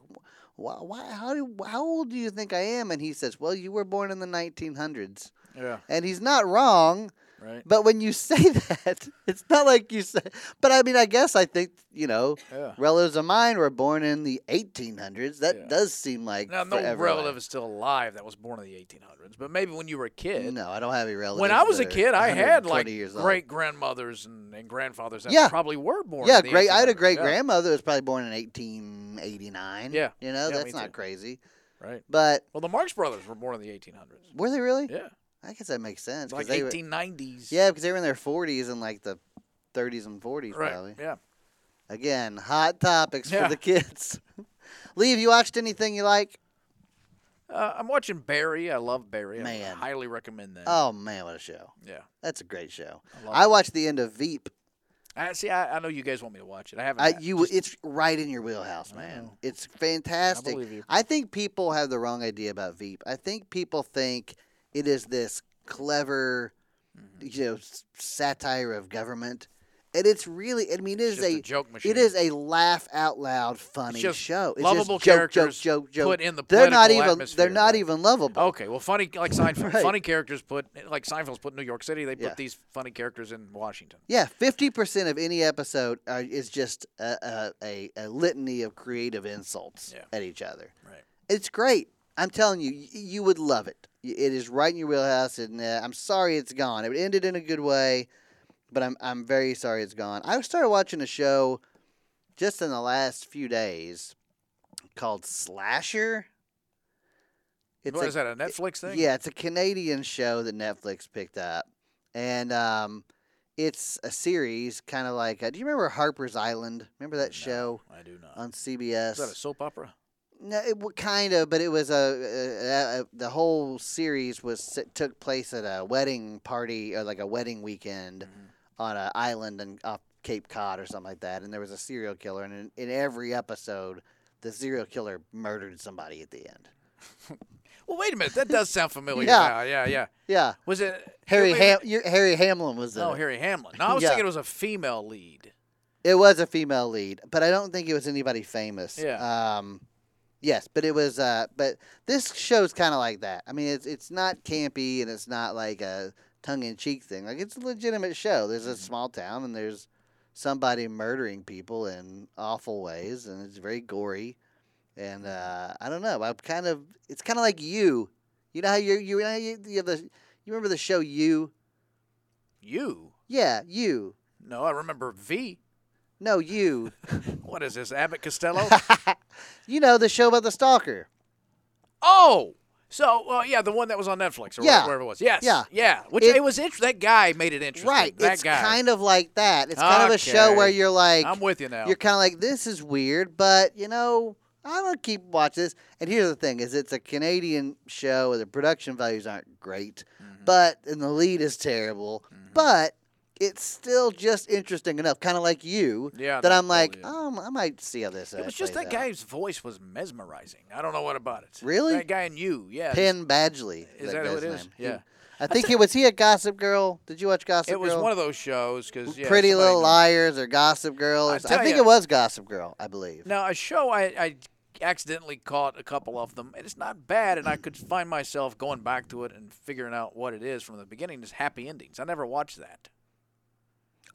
Speaker 1: why, why, how, do, how old do you think I am? And he says, well, you were born in the 1900s.
Speaker 2: Yeah,
Speaker 1: And he's not wrong,
Speaker 2: right.
Speaker 1: but when you say that, it's not like you say, but I mean, I guess I think, you know,
Speaker 2: Yeah.
Speaker 1: relatives of mine were born in the 1800s. That
Speaker 2: Yeah.
Speaker 1: does seem like
Speaker 2: Now, no
Speaker 1: forever away.
Speaker 2: relative is still alive that was born in the 1800s, but maybe when you were a kid.
Speaker 1: No, I don't have any relatives.
Speaker 2: When I was a
Speaker 1: that are
Speaker 2: kid, I had
Speaker 1: 120
Speaker 2: like
Speaker 1: years old.
Speaker 2: great grandmothers and, and grandfathers that
Speaker 1: Yeah.
Speaker 2: probably were born.
Speaker 1: Yeah,
Speaker 2: in the
Speaker 1: great. I had a
Speaker 2: 1800s.
Speaker 1: great
Speaker 2: Yeah,
Speaker 1: grandmother who was probably born in 1889.
Speaker 2: Yeah.
Speaker 1: you know
Speaker 2: Yeah, me
Speaker 1: that's
Speaker 2: too.
Speaker 1: not crazy,
Speaker 2: Right.
Speaker 1: but
Speaker 2: Well, the Marx Brothers were born in the 1800s.
Speaker 1: were they really?
Speaker 2: Yeah,
Speaker 1: I guess that makes sense. 'cause
Speaker 2: like
Speaker 1: they were-
Speaker 2: 1890s.
Speaker 1: yeah, because they were in their 40s and like the 30s and 40s
Speaker 2: Right.
Speaker 1: probably.
Speaker 2: Yeah.
Speaker 1: Again, hot topics
Speaker 2: Yeah.
Speaker 1: for the kids. Lee, have you watched anything you like?
Speaker 2: Uh, I'm watching Barry. I love Barry. I
Speaker 1: Man.
Speaker 2: highly recommend that.
Speaker 1: Oh man, what a show!
Speaker 2: yeah.
Speaker 1: That's a great show.
Speaker 2: I love
Speaker 1: I watched the end of Veep.
Speaker 2: I see. I, I know you guys want me to watch it. I haven't.
Speaker 1: I,
Speaker 2: I-
Speaker 1: you, it's right in your wheelhouse,
Speaker 2: Mm. I
Speaker 1: man.
Speaker 2: know.
Speaker 1: It's
Speaker 2: I
Speaker 1: fantastic.
Speaker 2: believe you.
Speaker 1: I think people have the wrong idea about Veep. I think people think it is this clever,
Speaker 2: Mm-hmm.
Speaker 1: you know, s- satire of government, and it's really. I mean, it is
Speaker 2: It's just a,
Speaker 1: a.
Speaker 2: joke machine.
Speaker 1: It is a laugh out loud funny
Speaker 2: just
Speaker 1: show. It's
Speaker 2: lovable
Speaker 1: just joke,
Speaker 2: characters
Speaker 1: joke, joke, joke.
Speaker 2: put in the
Speaker 1: they're not
Speaker 2: political
Speaker 1: even. They're
Speaker 2: atmosphere,
Speaker 1: not
Speaker 2: right.
Speaker 1: even lovable.
Speaker 2: Okay, well, funny like Seinfeld.
Speaker 1: Right.
Speaker 2: Funny characters put like Seinfeld's put in New York City. They put
Speaker 1: Yeah.
Speaker 2: these funny characters in Washington.
Speaker 1: Yeah, fifty percent of any episode are, is just a, a, a, a litany of creative insults
Speaker 2: Yeah.
Speaker 1: at each other.
Speaker 2: Right.
Speaker 1: It's great. I'm telling you, y- you would love it. Y- It is right in your wheelhouse, and uh, I'm sorry it's gone. It ended in a good way, but I'm I'm very sorry it's gone. I started watching a show just in the last few days called Slasher.
Speaker 2: What is that? A Netflix thing?
Speaker 1: Yeah, it's a Canadian show that Netflix picked up, and um, it's a series kind of like. Uh, do you remember Harper's Island? Remember that
Speaker 2: No,
Speaker 1: show
Speaker 2: I do not.
Speaker 1: on CBS?
Speaker 2: Is that a soap opera?
Speaker 1: No, it w- kind of, but it was a, a, a, a the whole series was set- took place at a wedding party or like a wedding weekend
Speaker 2: Mm-hmm.
Speaker 1: on an island and off Cape Cod or something like that. And there was a serial killer, and in, in every episode, the serial killer murdered somebody at the end.
Speaker 2: Well, wait a minute. That does sound familiar.
Speaker 1: Yeah.
Speaker 2: now. yeah, yeah.
Speaker 1: Yeah,
Speaker 2: Was it
Speaker 1: Harry
Speaker 2: wait a minute.
Speaker 1: Ham- you- Harry Hamlin was in
Speaker 2: No,
Speaker 1: it.
Speaker 2: Harry Hamlin. No, I was
Speaker 1: Yeah.
Speaker 2: thinking it was a female lead.
Speaker 1: It was a female lead, but I don't think it was anybody famous.
Speaker 2: Yeah.
Speaker 1: Um, yes, but it was. Uh, but this show's kind of like that. I mean, it's it's not campy and it's not like a tongue in cheek thing. Like it's a legitimate show. There's a small town and there's somebody murdering people in awful ways, and it's very gory. And uh, I don't know. I'm kind of. It's kind of like you. You know how you're, you you know how you, you have the. You remember the show You?
Speaker 2: You?
Speaker 1: Yeah, you.
Speaker 2: No, I remember V.
Speaker 1: No, you.
Speaker 2: What is this, Abbott Costello?
Speaker 1: you know the show about the stalker.
Speaker 2: oh, so uh, yeah, the one that was on Netflix or
Speaker 1: Yeah.
Speaker 2: wherever it was. Yes.
Speaker 1: Yeah.
Speaker 2: Yeah. Which
Speaker 1: It-
Speaker 2: it, was interesting. That guy made it interesting.
Speaker 1: Right.
Speaker 2: That
Speaker 1: it's
Speaker 2: guy.
Speaker 1: kind of like that. It's kind of a show where
Speaker 2: Okay.
Speaker 1: you're like
Speaker 2: I'm with you now.
Speaker 1: you're kind of like this is weird, but you know I'm gonna keep watching this. And here's the thing: is it's a Canadian show, and the production values aren't great,
Speaker 2: Mm-hmm.
Speaker 1: but and the lead is terrible, but it's still just interesting enough, kind of like you.
Speaker 2: Yeah,
Speaker 1: That
Speaker 2: that's
Speaker 1: I'm like,
Speaker 2: cool,
Speaker 1: um, I might see how this.
Speaker 2: It was just that guy's voice was mesmerizing. I don't know what about it.
Speaker 1: Really?
Speaker 2: That guy and you, yeah.
Speaker 1: Penn Badgley.
Speaker 2: Is that who
Speaker 1: guy's
Speaker 2: it is?
Speaker 1: name. He-
Speaker 2: Yeah.
Speaker 1: I think he was he a Gossip Girl. Did you watch Gossip
Speaker 2: It was
Speaker 1: Girl?
Speaker 2: one of those shows because yeah,
Speaker 1: Pretty
Speaker 2: somebody
Speaker 1: Little
Speaker 2: knows.
Speaker 1: Liars or Gossip Girl.
Speaker 2: I
Speaker 1: or s- I
Speaker 2: tell
Speaker 1: think
Speaker 2: ya.
Speaker 1: it was Gossip Girl, I believe.
Speaker 2: Now a show I, I accidentally caught a couple of them. and It's not bad, and I could find myself going back to it and figuring out what it is from the beginning. Is Happy Endings? I never watched that.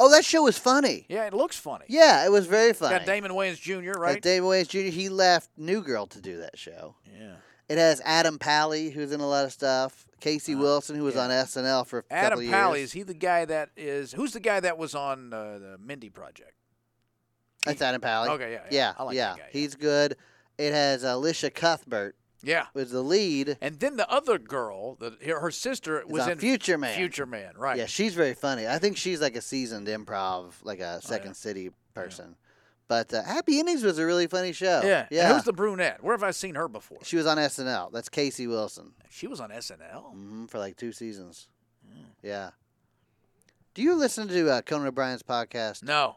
Speaker 1: Oh, that show was funny.
Speaker 2: Yeah, it looks funny.
Speaker 1: Yeah, it was very funny.
Speaker 2: Got Damon Wayans Jr.
Speaker 1: Got
Speaker 2: Right?
Speaker 1: Damon Wayans Jr. He left New Girl to do that show.
Speaker 2: yeah.
Speaker 1: It has Adam Pally, who's in a lot of stuff. Casey Wilson, who was on SNL for a couple
Speaker 2: Uh, Adam
Speaker 1: of
Speaker 2: Pally
Speaker 1: years.
Speaker 2: is he the guy that is? Who's the guy that was on uh, the Mindy Project?
Speaker 1: That's Adam Pally.
Speaker 2: Okay, yeah, yeah.
Speaker 1: Uh, yeah,
Speaker 2: I like
Speaker 1: yeah.
Speaker 2: that guy, yeah.
Speaker 1: He's good. It has Alicia Cuthbert,
Speaker 2: Yeah.
Speaker 1: who's the lead.
Speaker 2: And then the other girl, the, her her sister was
Speaker 1: on
Speaker 2: in
Speaker 1: Future Man.
Speaker 2: Future Man, right?
Speaker 1: Yeah, she's very funny. I think she's like a seasoned improv, like
Speaker 2: Oh,
Speaker 1: a Second City person. But uh, Happy Endings was a really funny show.
Speaker 2: Yeah. And
Speaker 1: yeah.
Speaker 2: who's the brunette? Where have I seen her before?
Speaker 1: she was on SNL. That's Casey Wilson
Speaker 2: She was on SNL.
Speaker 1: hmm for like two seasons.
Speaker 2: Mm.
Speaker 1: Yeah. Do you listen to uh, Conan O'Brien's podcast?
Speaker 2: No,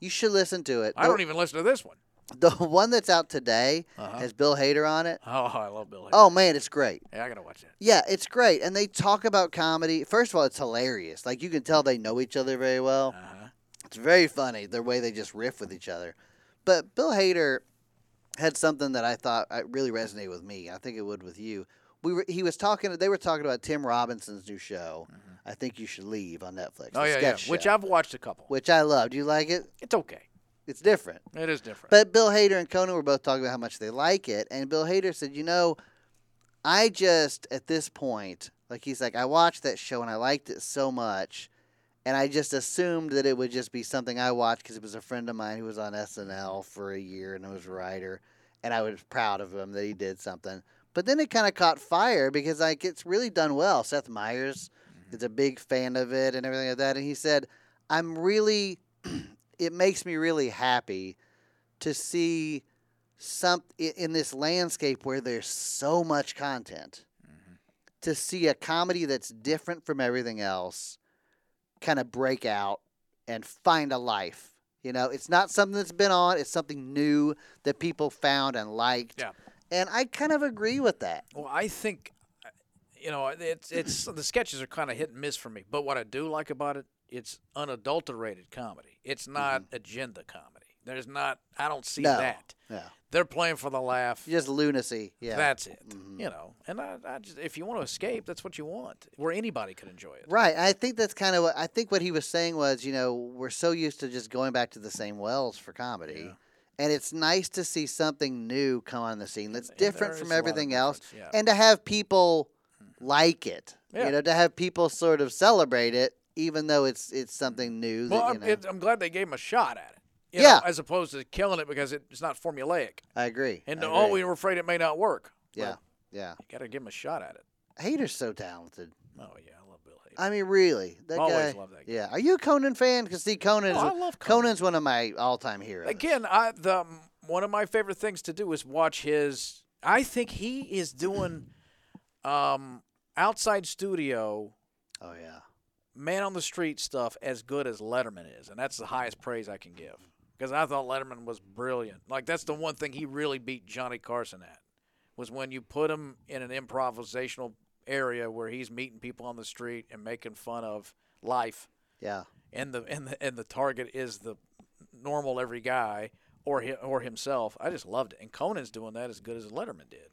Speaker 1: You should listen to it.
Speaker 2: I
Speaker 1: the,
Speaker 2: don't e even listen to this one.
Speaker 1: The one that's out today
Speaker 2: Uh-huh.
Speaker 1: has Bill Hader on it.
Speaker 2: Oh, I love Bill. Hader.
Speaker 1: Oh man, it's great.
Speaker 2: yeah, I gotta watch that.
Speaker 1: Yeah, it's great. And they talk about comedy. First of all, it's hilarious. Like you can tell they know each other very well.
Speaker 2: Uh-huh.
Speaker 1: It's very funny the way they just riff with each other. But Bill Hader had something that I thought uh, really resonated with me. I think it would with you. We were he was talking. They were talking about Tim Robinson's new show. I think you should leave on Netflix.
Speaker 2: Mm-hmm. Oh
Speaker 1: the
Speaker 2: yeah, yeah.
Speaker 1: sketch
Speaker 2: Which
Speaker 1: show,
Speaker 2: I've watched a couple.
Speaker 1: which I love. Do you like it?
Speaker 2: It's okay.
Speaker 1: It's different.
Speaker 2: It is different.
Speaker 1: But Bill Hader and Conan were both talking about how much they like it, and Bill Hader said, "You know, I just at this point, like he's like, I watched that show and I liked it so much, and I just assumed that it would just be something I watched because it was a friend of mine who was on SNL for a year and was a writer, and I was proud of him that he did something. But then it kind of caught fire because like it's really done well. Seth Meyers is a big fan of it and everything like that, and he said, I'm really, it makes me really happy." to see some i- in this landscape where there's so much content
Speaker 2: Mm-hmm.
Speaker 1: to see a comedy that's different from everything else kind of break out and find a life you know it's not something that's been on it's something new that people found and liked
Speaker 2: Yeah.
Speaker 1: and i kind of agree with that
Speaker 2: Well, I think, uh, you know, it's it's the sketches are kind of hit and miss for me. But what I do like about it, it's unadulterated comedy. It's not agenda comedy. There's not. I don't see
Speaker 1: Mm-hmm. No.
Speaker 2: that.
Speaker 1: yeah
Speaker 2: They're playing for the laugh.
Speaker 1: just lunacy yeah Mm-hmm.
Speaker 2: That's it. You know, and I, I just if you want to escape, that's what you want, where anybody could enjoy it.
Speaker 1: Right. I think that's kind of what I think what he was saying was, you know, we're so used to just going back to the same wells for comedy. And it's nice to see something new come on the scene that's different
Speaker 2: there
Speaker 1: from
Speaker 2: is a lot of
Speaker 1: everything else
Speaker 2: difference, yeah.
Speaker 1: and to have people like it.
Speaker 2: Yeah.
Speaker 1: You know, to have people sort of celebrate it even though it's it's something new that
Speaker 2: Well, um,
Speaker 1: you
Speaker 2: I'm,
Speaker 1: know.
Speaker 2: it, I'm glad they gave him a shot at it. you
Speaker 1: Yeah.
Speaker 2: know, as opposed to killing it because it, it's not formulaic,
Speaker 1: I agree.
Speaker 2: and
Speaker 1: I
Speaker 2: oh,
Speaker 1: agree.
Speaker 2: we were afraid it may not work.
Speaker 1: Yeah.
Speaker 2: Well,
Speaker 1: yeah.
Speaker 2: you got to give him a shot at it.
Speaker 1: Hater's so talented.
Speaker 2: Oh yeah, I love Bill Hader.
Speaker 1: I mean, really, that
Speaker 2: Always
Speaker 1: guy.
Speaker 2: loved that guy. Oh,
Speaker 1: Yeah, are you a Conan fan? Because see, Conan's
Speaker 2: I love Conan.
Speaker 1: Conan's one of my all-time heroes.
Speaker 2: Again, I the one of my favorite things to do is watch his. I think he is doing, um, outside studio,
Speaker 1: Oh yeah.
Speaker 2: man on the street stuff as good as Letterman is, and that's the highest praise I can give because I thought Letterman was brilliant. Like that's the one thing he really beat Johnny Carson at was when you put him in an improvisational area where he's meeting people on the street and making fun of life
Speaker 1: Yeah.
Speaker 2: and the and the and the target is the normal every guy or hi, or himself. I just loved it. And Conan's doing that as good as Letterman did.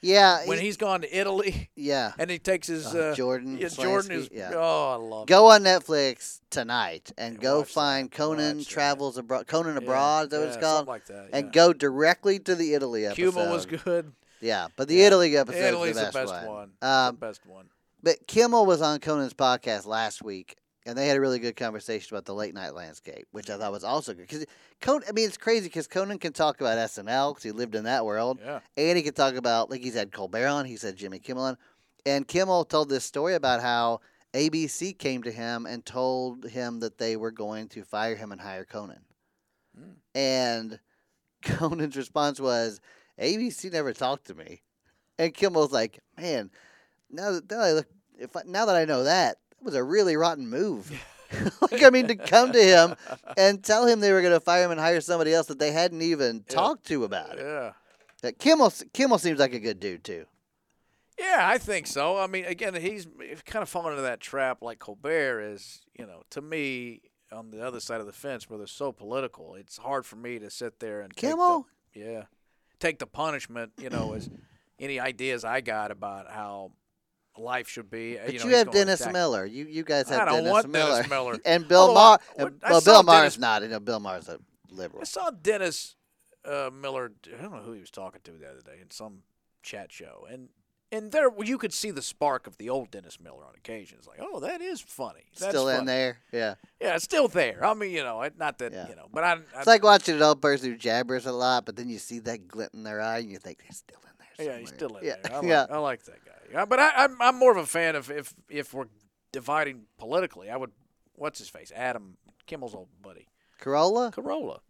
Speaker 1: Yeah.
Speaker 2: When he's gone to Italy
Speaker 1: yeah.
Speaker 2: and he takes his
Speaker 1: Uh,
Speaker 2: uh,
Speaker 1: Jordan
Speaker 2: yeah, Jordan
Speaker 1: Slansky,
Speaker 2: is
Speaker 1: yeah.
Speaker 2: oh I love it.
Speaker 1: Go on Netflix tonight and go
Speaker 2: watch that,
Speaker 1: find Conan
Speaker 2: watch that.
Speaker 1: Travels Abroad. Conan
Speaker 2: Yeah,
Speaker 1: Abroad, is that what it's
Speaker 2: yeah,
Speaker 1: called?
Speaker 2: Something like that.
Speaker 1: and
Speaker 2: yeah.
Speaker 1: go directly to the Italy episode.
Speaker 2: Cuba was good.
Speaker 1: Yeah, but the
Speaker 2: Yeah.
Speaker 1: Italy episode is
Speaker 2: Italy's
Speaker 1: the best,
Speaker 2: one. It's the
Speaker 1: Um,
Speaker 2: best one.
Speaker 1: but Kimmel was on Conan's podcast last week, and they had a really good conversation about the late night landscape, which I thought was also good. Because Conan, I mean, it's crazy because Conan can talk about SNL because he lived in that world,
Speaker 2: Yeah.
Speaker 1: and he can talk about like he's had Colbert on, he's had Jimmy Kimmel on, and Kimmel told this story about how ABC came to him and told him that they were going to fire him and hire Conan,
Speaker 2: Hmm.
Speaker 1: and Conan's response was, "ABC never talked to me," and Kimmel's like, "Man, now that, now that I look, if I, now that I know that, that was a really rotten move." like I mean, to come to him and tell him they were going to fire him and hire somebody else that they hadn't even
Speaker 2: Yeah.
Speaker 1: talked to about it.
Speaker 2: Yeah.
Speaker 1: That Kimmel Kimmel seems like a good dude too.
Speaker 2: Yeah, I think so. I mean, again, he's kind of falling into that trap like Colbert is, you know, to me on the other side of the fence where they're so political, it's hard for me to sit there and take the-
Speaker 1: Kimmel?
Speaker 2: yeah, take the punishment, you know, as any ideas I got about how life should be. uh,
Speaker 1: But
Speaker 2: you,
Speaker 1: you,
Speaker 2: know, he's
Speaker 1: have
Speaker 2: going
Speaker 1: Dennis
Speaker 2: back-
Speaker 1: Miller. You you guys
Speaker 2: I
Speaker 1: have
Speaker 2: don't
Speaker 1: Dennis,
Speaker 2: want
Speaker 1: Miller.
Speaker 2: Dennis Miller.
Speaker 1: and Bill
Speaker 2: Although
Speaker 1: Maher.
Speaker 2: I-
Speaker 1: and-
Speaker 2: I
Speaker 1: well,
Speaker 2: saw
Speaker 1: Bill Maher's
Speaker 2: Dennis-
Speaker 1: not. You know, Bill Maher's a liberal.
Speaker 2: I saw Dennis uh, Miller. I don't know who he was talking to the other day in some chat show, and and there you could see the spark of the old Dennis Miller on occasion. It's like, oh, that is funny. That's
Speaker 1: Still in
Speaker 2: funny.
Speaker 1: there. Yeah.
Speaker 2: Yeah, it's still there. I mean, you know, it, not that
Speaker 1: Yeah.
Speaker 2: you know, but I. I
Speaker 1: It's like watching an old person who jabbers a lot, but then you see that glint in their eye, and you think they're still in there.
Speaker 2: yeah, he's
Speaker 1: somewhere."
Speaker 2: still in
Speaker 1: yeah.
Speaker 2: there. I like,
Speaker 1: yeah.
Speaker 2: I like that guy. Yeah, but I, I'm I'm more of a fan of if if we're dividing politically, I would what's his face Adam Kimmel's old buddy
Speaker 1: Corolla.
Speaker 2: Corolla.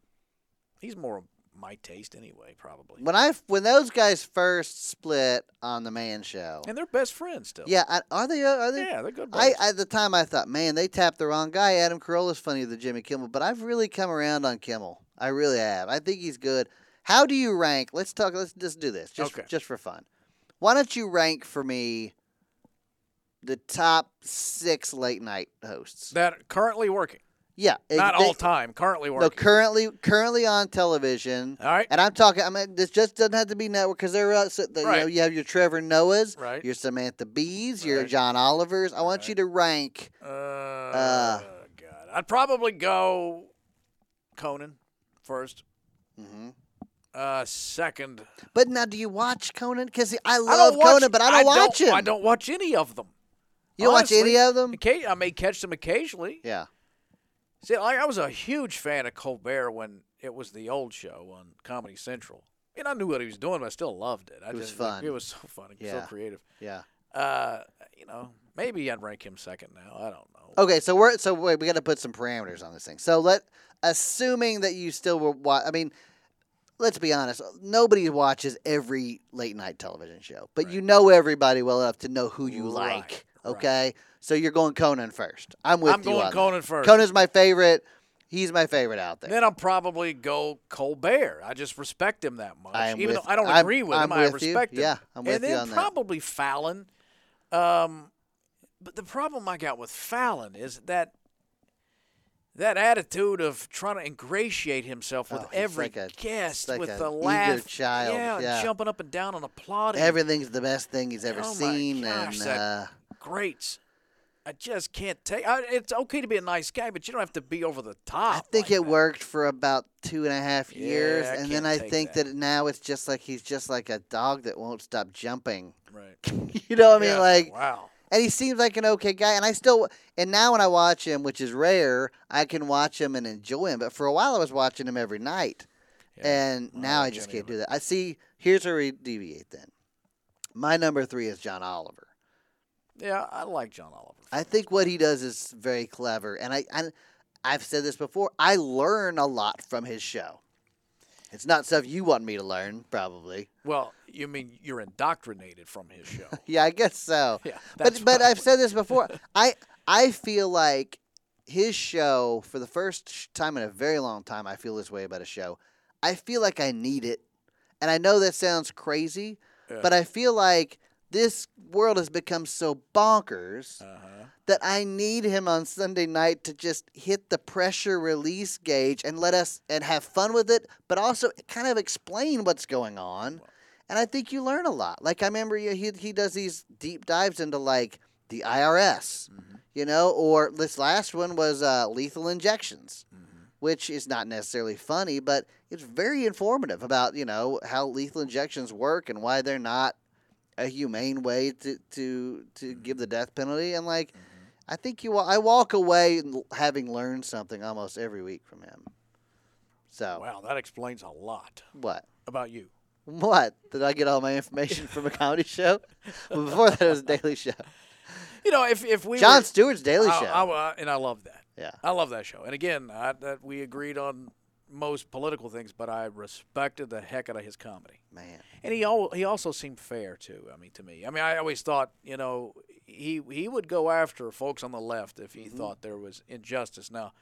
Speaker 2: He's more of my taste anyway, probably.
Speaker 1: When I when those guys first split on the Man Show.
Speaker 2: And they're best friends still.
Speaker 1: Yeah, I, are they? Are they?
Speaker 2: yeah, they're good.
Speaker 1: I
Speaker 2: buddies.
Speaker 1: at the time I thought, man, they tapped the wrong guy. Adam Carolla's funnier than Jimmy Kimmel, but I've really come around on Kimmel. I really have. I think he's good. How do you rank? Let's talk. Let's just do this, just
Speaker 2: Okay.
Speaker 1: just for fun. Why don't you rank for me the top six late night hosts?
Speaker 2: that are currently working,
Speaker 1: yeah, it-
Speaker 2: not
Speaker 1: they-
Speaker 2: all time. Currently
Speaker 1: No,
Speaker 2: working.
Speaker 1: currently currently on television.
Speaker 2: all right,
Speaker 1: And I'm talking. I mean, this just doesn't have to be network because there are. So, You know,
Speaker 2: Right.
Speaker 1: you have your Trevor Noahs,
Speaker 2: right.
Speaker 1: your Samantha Bees, your
Speaker 2: Right.
Speaker 1: John Olivers. I want
Speaker 2: Right.
Speaker 1: you to rank.
Speaker 2: Uh,
Speaker 1: Uh.
Speaker 2: God, I'd probably go Conan first. Mm-hmm.
Speaker 1: hmm
Speaker 2: Uh, second,
Speaker 1: But now, do you watch Conan? Because I
Speaker 2: I
Speaker 1: love
Speaker 2: don't watch,
Speaker 1: Conan, but I don't watch him.
Speaker 2: I don't watch any of them.
Speaker 1: you don't watch any
Speaker 2: honestly.
Speaker 1: of them?
Speaker 2: Occa- I may catch them occasionally.
Speaker 1: Yeah.
Speaker 2: See, like I was a huge fan of Colbert when it was the old show on Comedy Central, and I knew what he was doing, but I still loved it. I
Speaker 1: It was
Speaker 2: just, like,
Speaker 1: fun.
Speaker 2: it was so funny,
Speaker 1: Yeah.
Speaker 2: so creative.
Speaker 1: Yeah.
Speaker 2: Uh, you know, maybe I'd rank him second now. I don't know.
Speaker 1: Okay, so we're so wait, we got to put some parameters on this thing. So let assuming that you still were watch. I mean, let's be honest. Nobody watches every late night television show, but you know everybody well enough to know who you
Speaker 2: Right,
Speaker 1: like.
Speaker 2: right.
Speaker 1: Okay, so you're going Conan first. I'm with
Speaker 2: I'm
Speaker 1: you.
Speaker 2: going
Speaker 1: on that.
Speaker 2: Conan first.
Speaker 1: Conan's my favorite. He's my favorite out there.
Speaker 2: Then I'll probably go Colbert. I just respect him that much.
Speaker 1: I am
Speaker 2: Even
Speaker 1: with-
Speaker 2: though I don't
Speaker 1: I'm-
Speaker 2: agree with
Speaker 1: I'm
Speaker 2: him, I
Speaker 1: with you.
Speaker 2: respect him.
Speaker 1: Yeah, I'm with
Speaker 2: and
Speaker 1: you
Speaker 2: then
Speaker 1: on that.
Speaker 2: probably Fallon. Um, but the problem I got with Fallon is that that attitude of trying to ingratiate himself with
Speaker 1: Oh, he's
Speaker 2: every
Speaker 1: like a-
Speaker 2: guest,
Speaker 1: like
Speaker 2: with
Speaker 1: an
Speaker 2: the
Speaker 1: eager
Speaker 2: laugh,
Speaker 1: child,
Speaker 2: yeah, and
Speaker 1: yeah.
Speaker 2: jumping up and down and applauding,
Speaker 1: Everything's the best thing he's ever
Speaker 2: Oh my
Speaker 1: seen,
Speaker 2: gosh,
Speaker 1: and
Speaker 2: that-
Speaker 1: uh,
Speaker 2: greats. I just can't take. I, it's okay to be a nice guy, but you don't have to be over the top.
Speaker 1: I think
Speaker 2: like
Speaker 1: it
Speaker 2: that.
Speaker 1: worked for about two and a half years,
Speaker 2: Yeah, I
Speaker 1: and then
Speaker 2: can't
Speaker 1: I
Speaker 2: take
Speaker 1: think
Speaker 2: that.
Speaker 1: that. now it's just like he's just like a dog that won't stop jumping.
Speaker 2: Right.
Speaker 1: you know what I mean?
Speaker 2: Yeah,
Speaker 1: Like,
Speaker 2: wow.
Speaker 1: and he seems like an okay guy, and I still and now when I watch him, which is rare, I can watch him and enjoy him. But for a while, I was watching him every night,
Speaker 2: Yeah,
Speaker 1: and
Speaker 2: I'm
Speaker 1: now
Speaker 2: not
Speaker 1: I just
Speaker 2: Jimmy,
Speaker 1: can't
Speaker 2: but-
Speaker 1: do that. I see. Here's where we deviate. Then, my number three is John Oliver.
Speaker 2: Yeah, I like John Oliver.
Speaker 1: I think what he does is very clever, and I, I I've said this before. I learn a lot from his show. It's not stuff you want me to learn, probably.
Speaker 2: Well, you mean you're indoctrinated from his show?
Speaker 1: Yeah, I guess so.
Speaker 2: yeah, that's
Speaker 1: but but
Speaker 2: what-
Speaker 1: I've said this before. I I feel like his show for the first sh- time in a very long time. I feel this way about a show. I feel like I need it, and I know that sounds crazy,
Speaker 2: Yeah.
Speaker 1: but I feel like this world has become so bonkers.
Speaker 2: Uh-huh.
Speaker 1: that I need him on Sunday night to just hit the pressure release gauge and let us and have fun with it, but also kind of explain what's going on. And I think you learn a lot. Like I remember he he, he does these deep dives into like the IRS,
Speaker 2: Mhm.
Speaker 1: you know, or this last one was uh, lethal injections.
Speaker 2: Mhm.
Speaker 1: Which is not necessarily funny, but it's very informative about you know how lethal injections work and why
Speaker 2: Mm-hmm.
Speaker 1: they're not a humane way to to to give the death penalty. And like, I think you. wa- I walk away l- having learned something almost every week from him. So
Speaker 2: Wow, that explains a lot
Speaker 1: what?
Speaker 2: about you.
Speaker 1: What did I get all my information from a comedy show? Well, before that, it was a Daily Show.
Speaker 2: You know, if if we
Speaker 1: John
Speaker 2: were,
Speaker 1: Stewart's Daily
Speaker 2: I-
Speaker 1: Show.
Speaker 2: I- I- and I love that.
Speaker 1: yeah,
Speaker 2: I love that show. And again, I, that we agreed on most political things, but I respected the heck out of his comedy.
Speaker 1: man.
Speaker 2: And he al- he also seemed fair too. I mean, to me, I mean, I always thought you know he he would go after folks on the left if
Speaker 1: Mm-hmm.
Speaker 2: he thought there was injustice. Now,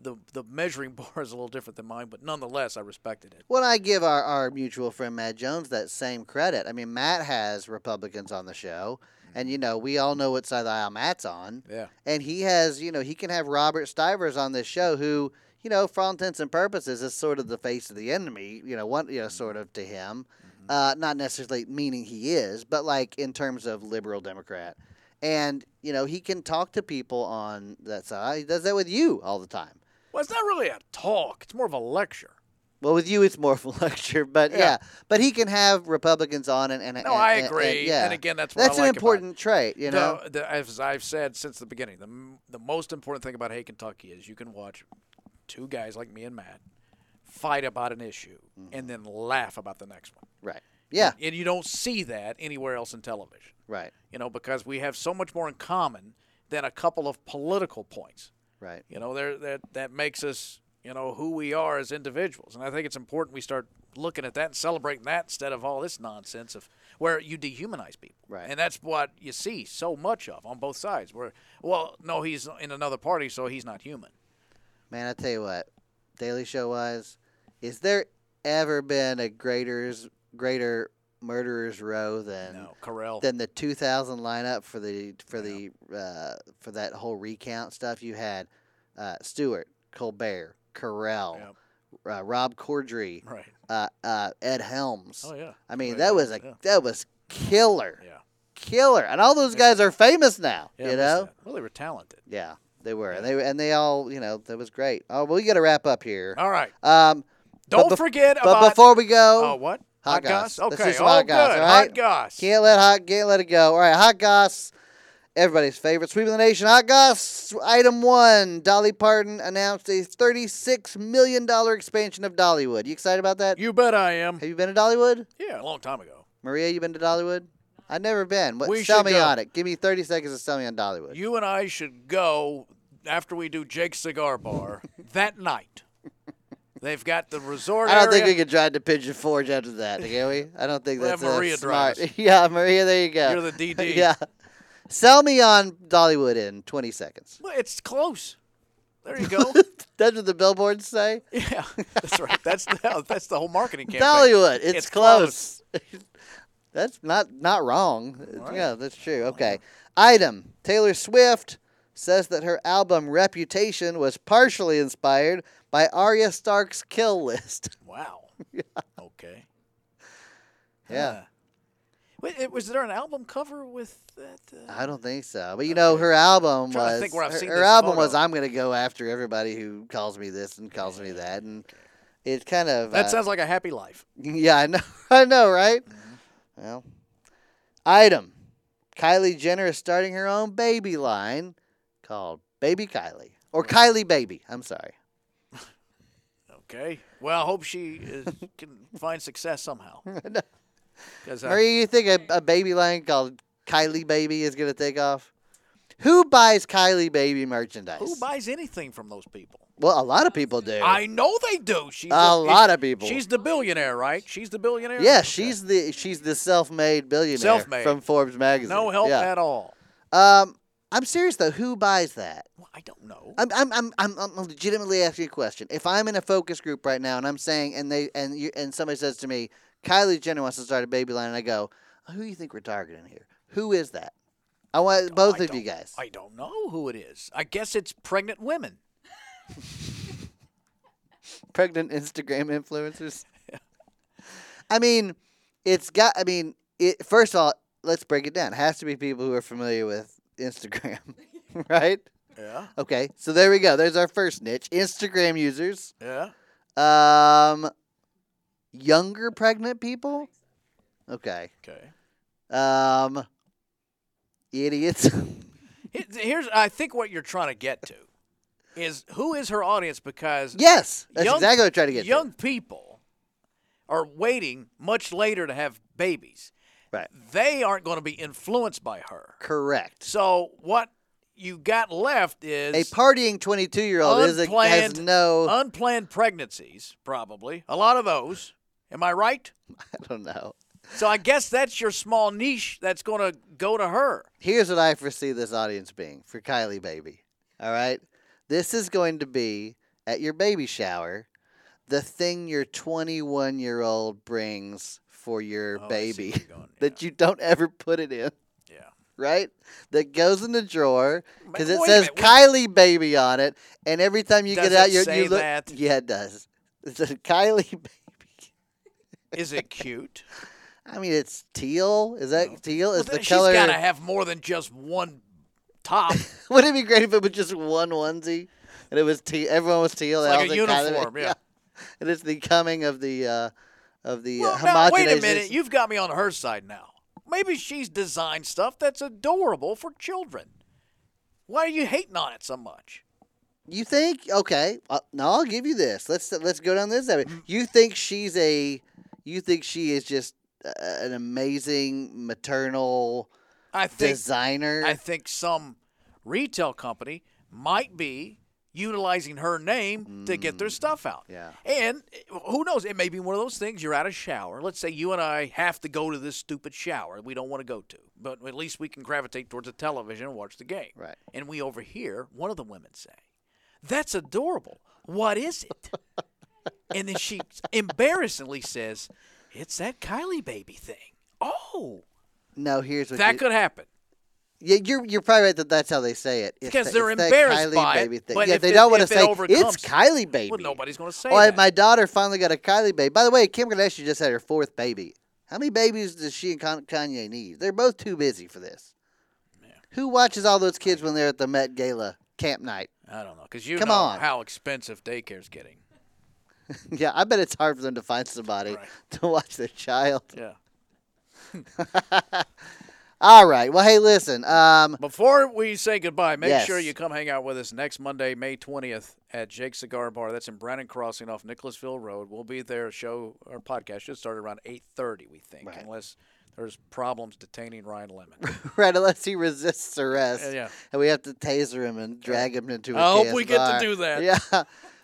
Speaker 2: the the measuring bar is a little different than mine, but nonetheless, I respected it.
Speaker 1: Well, I give our, our mutual friend Matt Jones that same credit. I mean, Matt has Republicans on the show, and you know we all know what side of the aisle Matt's on.
Speaker 2: Yeah,
Speaker 1: and he has you know he can have Robert Stivers on this show who you know for all intents and purposes is sort of the face of the enemy you know one you know sort of to him uh, not necessarily meaning he is but like in terms of liberal Democrat and you know he can talk to people on that side he does that with you all the time
Speaker 2: well, it's not really a talk; it's more of a lecture.
Speaker 1: well with you it's more of a lecture but yeah,
Speaker 2: Yeah.
Speaker 1: but he can have Republicans on and and
Speaker 2: No,
Speaker 1: and-
Speaker 2: I
Speaker 1: and- and-
Speaker 2: agree. And,
Speaker 1: Eh, yeah
Speaker 2: again, that's what I
Speaker 1: that's an
Speaker 2: like about it.
Speaker 1: important trait you know
Speaker 2: The- the- as I've said since the beginning, the, m- the most important thing about Hey Kentucky is you can watch two guys like me and Matt fight about an issue
Speaker 1: Mm-hmm.
Speaker 2: and then laugh about the next one.
Speaker 1: right yeah
Speaker 2: And you don't see that anywhere else in television,
Speaker 1: right
Speaker 2: you know, because we have so much more in common than a couple of political points.
Speaker 1: right
Speaker 2: You know, there that that makes us, you know, who we are as individuals. And I think it's important we start looking at that and celebrating that instead of all this nonsense of where you dehumanize people.
Speaker 1: Right.
Speaker 2: And that's what you see so much of on both sides. Where well, no, he's in another party, so he's not human.
Speaker 1: Man, I tell you what, Daily Show wise, is there ever been a greater's greater murderers row than
Speaker 2: No, Carell.
Speaker 1: than the 2000 lineup for the for the uh, for that whole recount stuff? You had uh, Stewart, Colbert, Carell, uh, Rob Corddry,
Speaker 2: right.
Speaker 1: uh, uh, Ed Helms.
Speaker 2: Oh yeah.
Speaker 1: I mean,
Speaker 2: Right,
Speaker 1: that
Speaker 2: right,
Speaker 1: was a
Speaker 2: yeah.
Speaker 1: that was killer,
Speaker 2: Yeah.
Speaker 1: killer, and all those guys are famous now.
Speaker 2: yeah I
Speaker 1: you
Speaker 2: missed
Speaker 1: know.
Speaker 2: that. Well, they were talented.
Speaker 1: Yeah, they were, and they were- and they all, you know, that was great. Oh, well, we got to wrap up here.
Speaker 2: All right.
Speaker 1: Um,
Speaker 2: Don't
Speaker 1: bef-
Speaker 2: forget
Speaker 1: but
Speaker 2: about
Speaker 1: before we
Speaker 2: oh,
Speaker 1: go,
Speaker 2: what?
Speaker 1: Hot Goss. Let's do
Speaker 2: Okay.
Speaker 1: some
Speaker 2: Oh,
Speaker 1: Hot
Speaker 2: good.
Speaker 1: Goss, all right?
Speaker 2: Hot goss.
Speaker 1: can't let hot, can't let it go. All right, hot goss, everybody's favorite sweep of the nation. Hot goss, item one. Dolly Parton announced a thirty-six million dollar expansion of Dollywood. You excited about that?
Speaker 2: You bet I am.
Speaker 1: Have you been to Dollywood,
Speaker 2: Yeah, a long time ago.
Speaker 1: Maria? You been to Dollywood? I've never been. What,
Speaker 2: We
Speaker 1: sell
Speaker 2: should
Speaker 1: me
Speaker 2: go.
Speaker 1: on it. Give me thirty seconds to sell me on Dollywood.
Speaker 2: You and I should go after we do Jake's Cigar Bar that night. They've got the resort
Speaker 1: I don't
Speaker 2: area.
Speaker 1: think we could drive to Pigeon Forge after that, can we? I don't think
Speaker 2: We'll
Speaker 1: that's
Speaker 2: have
Speaker 1: uh,
Speaker 2: Maria drive
Speaker 1: smart. yeah, Maria, there you go.
Speaker 2: You're the DD.
Speaker 1: yeah. Sell me on Dollywood in 20 seconds.
Speaker 2: Well, it's close. There you go.
Speaker 1: That's what the billboards say.
Speaker 2: yeah, that's right. That's the, that's the whole marketing campaign.
Speaker 1: Dollywood, it's,
Speaker 2: It's
Speaker 1: close. that's not not wrong. Yeah, that's true. Okay. Item: Taylor Swift says that her album Reputation was partially inspired by Arya Stark's kill list.
Speaker 2: Wow. Okay.
Speaker 1: Yeah.
Speaker 2: Huh. Wait, it- was there an album cover with that? Uh,
Speaker 1: I don't think so. But you know, her album
Speaker 2: trying to
Speaker 1: was
Speaker 2: think where I've
Speaker 1: her,
Speaker 2: seen
Speaker 1: her
Speaker 2: this
Speaker 1: album was
Speaker 2: photo.
Speaker 1: I'm gonna go after everybody who calls me this and calls me that, and it kind of
Speaker 2: that
Speaker 1: uh,
Speaker 2: sounds like a happy life.
Speaker 1: yeah, I know, I know, right?
Speaker 2: Mm-hmm.
Speaker 1: Well, item: Kylie Jenner is starting her own baby line called Baby Kylie or Kylie Baby. I'm sorry.
Speaker 2: Okay. Well, I hope she is, can find success somehow. 'Cause uh, I-
Speaker 1: Maria, you think a, a baby line called Kylie Baby is gonna take off? Who buys Kylie Baby merchandise?
Speaker 2: who buys anything from those people?
Speaker 1: well, a lot of people do.
Speaker 2: I know they do. She's
Speaker 1: A
Speaker 2: the-
Speaker 1: lot of people.
Speaker 2: She's the billionaire, right? She's the billionaire.
Speaker 1: Yeah, she's the she's the self-made billionaire
Speaker 2: Self-made.
Speaker 1: from Forbes magazine.
Speaker 2: no help
Speaker 1: yeah.
Speaker 2: at all.
Speaker 1: Um, I'm serious though. Who buys that?
Speaker 2: Well, I don't know.
Speaker 1: I'm I'm, I'm I'm I'm legitimately asking a question. If I'm in a focus group right now and I'm saying and they and you and somebody says to me, Kylie Jenner wants to start a baby line, and I go, who do you think we're targeting here? Who is that? I want both
Speaker 2: Oh, I
Speaker 1: of you
Speaker 2: don't-
Speaker 1: guys.
Speaker 2: I don't know who it is. I guess it's pregnant women.
Speaker 1: pregnant Instagram influencers. I mean, it's got. I mean, it. First of all, let's break it down. It has to be people who are familiar with Instagram, right?
Speaker 2: Yeah.
Speaker 1: Okay, so there we go. There's our first niche: Instagram users,
Speaker 2: Yeah.
Speaker 1: um, younger pregnant people. Okay,
Speaker 2: Okay.
Speaker 1: um, idiots.
Speaker 2: He- Here's I think what you're trying to get to is who is her audience because
Speaker 1: Yes, that's exactly what I tried to get. to.
Speaker 2: Young people are waiting much later to have babies.
Speaker 1: Right.
Speaker 2: They aren't going to be influenced by her.
Speaker 1: Correct.
Speaker 2: So what you got left is
Speaker 1: A partying 22 year old is a, has
Speaker 2: unplanned,
Speaker 1: no.
Speaker 2: unplanned pregnancies, probably a lot of those. Am I right?
Speaker 1: I don't know.
Speaker 2: So I guess that's your small niche that's going to go to her.
Speaker 1: Here's what I foresee this audience being for Kylie Baby. All right. This is going to be at your baby shower the thing your 21 year old brings for your
Speaker 2: Oh, I see
Speaker 1: baby
Speaker 2: where you're going.
Speaker 1: that you don't ever put it in.
Speaker 2: Yeah.
Speaker 1: Right? That goes in the drawer because
Speaker 2: Ma-
Speaker 1: it
Speaker 2: wait a
Speaker 1: says
Speaker 2: minute, wait-
Speaker 1: Kylie Baby on it. And every time you
Speaker 2: Does
Speaker 1: get out,
Speaker 2: it
Speaker 1: you,
Speaker 2: say
Speaker 1: you look.
Speaker 2: that?
Speaker 1: Yeah, it does. It says Kylie Baby.
Speaker 2: yeah. Is it cute?
Speaker 1: I mean, it's teal. Is that teal?
Speaker 2: Well,
Speaker 1: Is the
Speaker 2: then
Speaker 1: color?
Speaker 2: She's got to have more than just one top. It's
Speaker 1: Would not it be great if it was just one onesie and it was te- everyone was teal? that
Speaker 2: like
Speaker 1: was it,
Speaker 2: a
Speaker 1: Kylie?
Speaker 2: uniform. Yeah.
Speaker 1: And it's the coming of the uh, of the uh,
Speaker 2: Well, now, wait a
Speaker 1: homogenization.
Speaker 2: minute. You've got me on her side now. Maybe she's designed stuff that's adorable for children. Why are you hating on it so much?
Speaker 1: You think? Okay, uh, no, I'll give you this. Let's let's go down this
Speaker 2: Mm.
Speaker 1: avenue. You think she's a? You think she is just uh, an amazing maternal
Speaker 2: I think
Speaker 1: designer?
Speaker 2: I think some retail company might be utilizing her name to get their stuff out.
Speaker 1: Mm, yeah.
Speaker 2: And eh, who knows? It may be one of those things. You're out of shower. Let's say you and I have to go to this stupid shower we don't want to go to, but at least we can gravitate towards the television and watch the game.
Speaker 1: Right.
Speaker 2: And we overhear one of the women say, "That's adorable. What is it?" and then she embarrassingly says, "It's that Kylie baby thing." Oh,
Speaker 1: no, here's what
Speaker 2: that
Speaker 1: you,
Speaker 2: could happen.
Speaker 1: Yeah, you're you're probably right that that's how they say it. It's
Speaker 2: Because
Speaker 1: the-
Speaker 2: they're
Speaker 1: it's that
Speaker 2: embarrassed
Speaker 1: Kylie
Speaker 2: by it,
Speaker 1: baby thing.
Speaker 2: but
Speaker 1: yeah,
Speaker 2: if
Speaker 1: they
Speaker 2: it-
Speaker 1: don't want to
Speaker 2: if it
Speaker 1: say
Speaker 2: overcomes-
Speaker 1: it's Kylie baby.
Speaker 2: Well, nobody's going to say
Speaker 1: Oh,
Speaker 2: that.
Speaker 1: and my daughter finally got a Kylie baby. By the way, Kim Kardashian just had her fourth baby. How many babies does she and Con- Kanye need? They're both too busy for this. Who watches all those kids when they're at the Met Gala camp night?
Speaker 2: I don't know, because you
Speaker 1: Come
Speaker 2: know
Speaker 1: on.
Speaker 2: how expensive daycare's getting.
Speaker 1: yeah, I bet it's hard for them to find somebody
Speaker 2: Right.
Speaker 1: to watch their child.
Speaker 2: Yeah.
Speaker 1: All right. Well, hey, listen. Um,
Speaker 2: Before we say goodbye, make
Speaker 1: Yes.
Speaker 2: sure you come hang out with us next Monday, May 20th at Jake's Cigar Bar. That's in Brandon Crossing off Nicholasville Road. We'll be there. Show our podcast should start around 8:30, we think,
Speaker 1: Right.
Speaker 2: unless there's problems detaining Ryan Lemon.
Speaker 1: right, unless he resists arrest,
Speaker 2: Yeah, yeah.
Speaker 1: and we have to taser him and drag him into. a
Speaker 2: I hope
Speaker 1: KS
Speaker 2: we get to
Speaker 1: bar.
Speaker 2: do that.
Speaker 1: Yeah,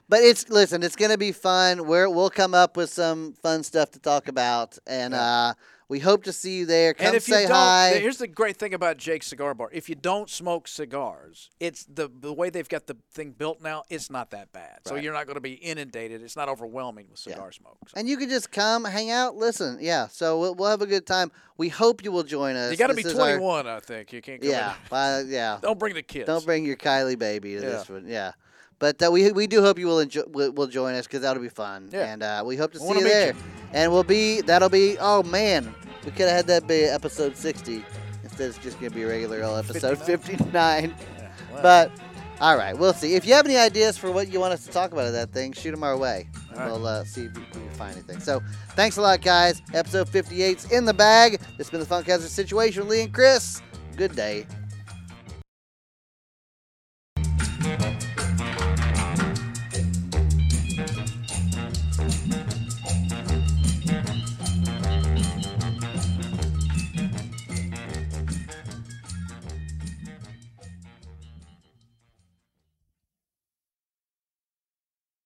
Speaker 1: but it's listen, it's gonna be fun. We're, we'll come up with some fun stuff to talk about, and uh, we hope to see you there. Come
Speaker 2: and if
Speaker 1: say
Speaker 2: you don't,
Speaker 1: hi.
Speaker 2: here's the great thing about Jake's Cigar Bar: if you don't smoke cigars, it's the the way they've got the thing built now. It's not that bad, so you're not going to be inundated. It's not overwhelming with cigar smoke. So.
Speaker 1: and you can just come, hang out, listen. Yeah, so we'll, we'll have a good time. We hope you will join us.
Speaker 2: You got to be
Speaker 1: This is our-
Speaker 2: 21, I think. You can't. Come in-
Speaker 1: yeah, uh, yeah.
Speaker 2: Don't bring the kids.
Speaker 1: Don't bring your Kylie baby to
Speaker 2: Yeah.
Speaker 1: this one. Yeah. But uh, we, we do hope you will enjoy will, will join us because that'll be fun.
Speaker 2: Yeah.
Speaker 1: And uh, we hope to
Speaker 2: We
Speaker 1: see
Speaker 2: wanna
Speaker 1: you
Speaker 2: meet
Speaker 1: there.
Speaker 2: you.
Speaker 1: And we'll be that'll be oh man, we could have had that be episode sixty instead. It's just gonna be a regular old episode fifty nine.
Speaker 2: Yeah, well,
Speaker 1: But all right, we'll see. If you have any ideas for what you want us to talk about at that thing, shoot them our way, and
Speaker 2: All right.
Speaker 1: we'll uh, see if we can find anything. So thanks a lot, guys. Episode 58's in the bag. This has been the Funkazzer Situation. with Lee and Chris. Good day.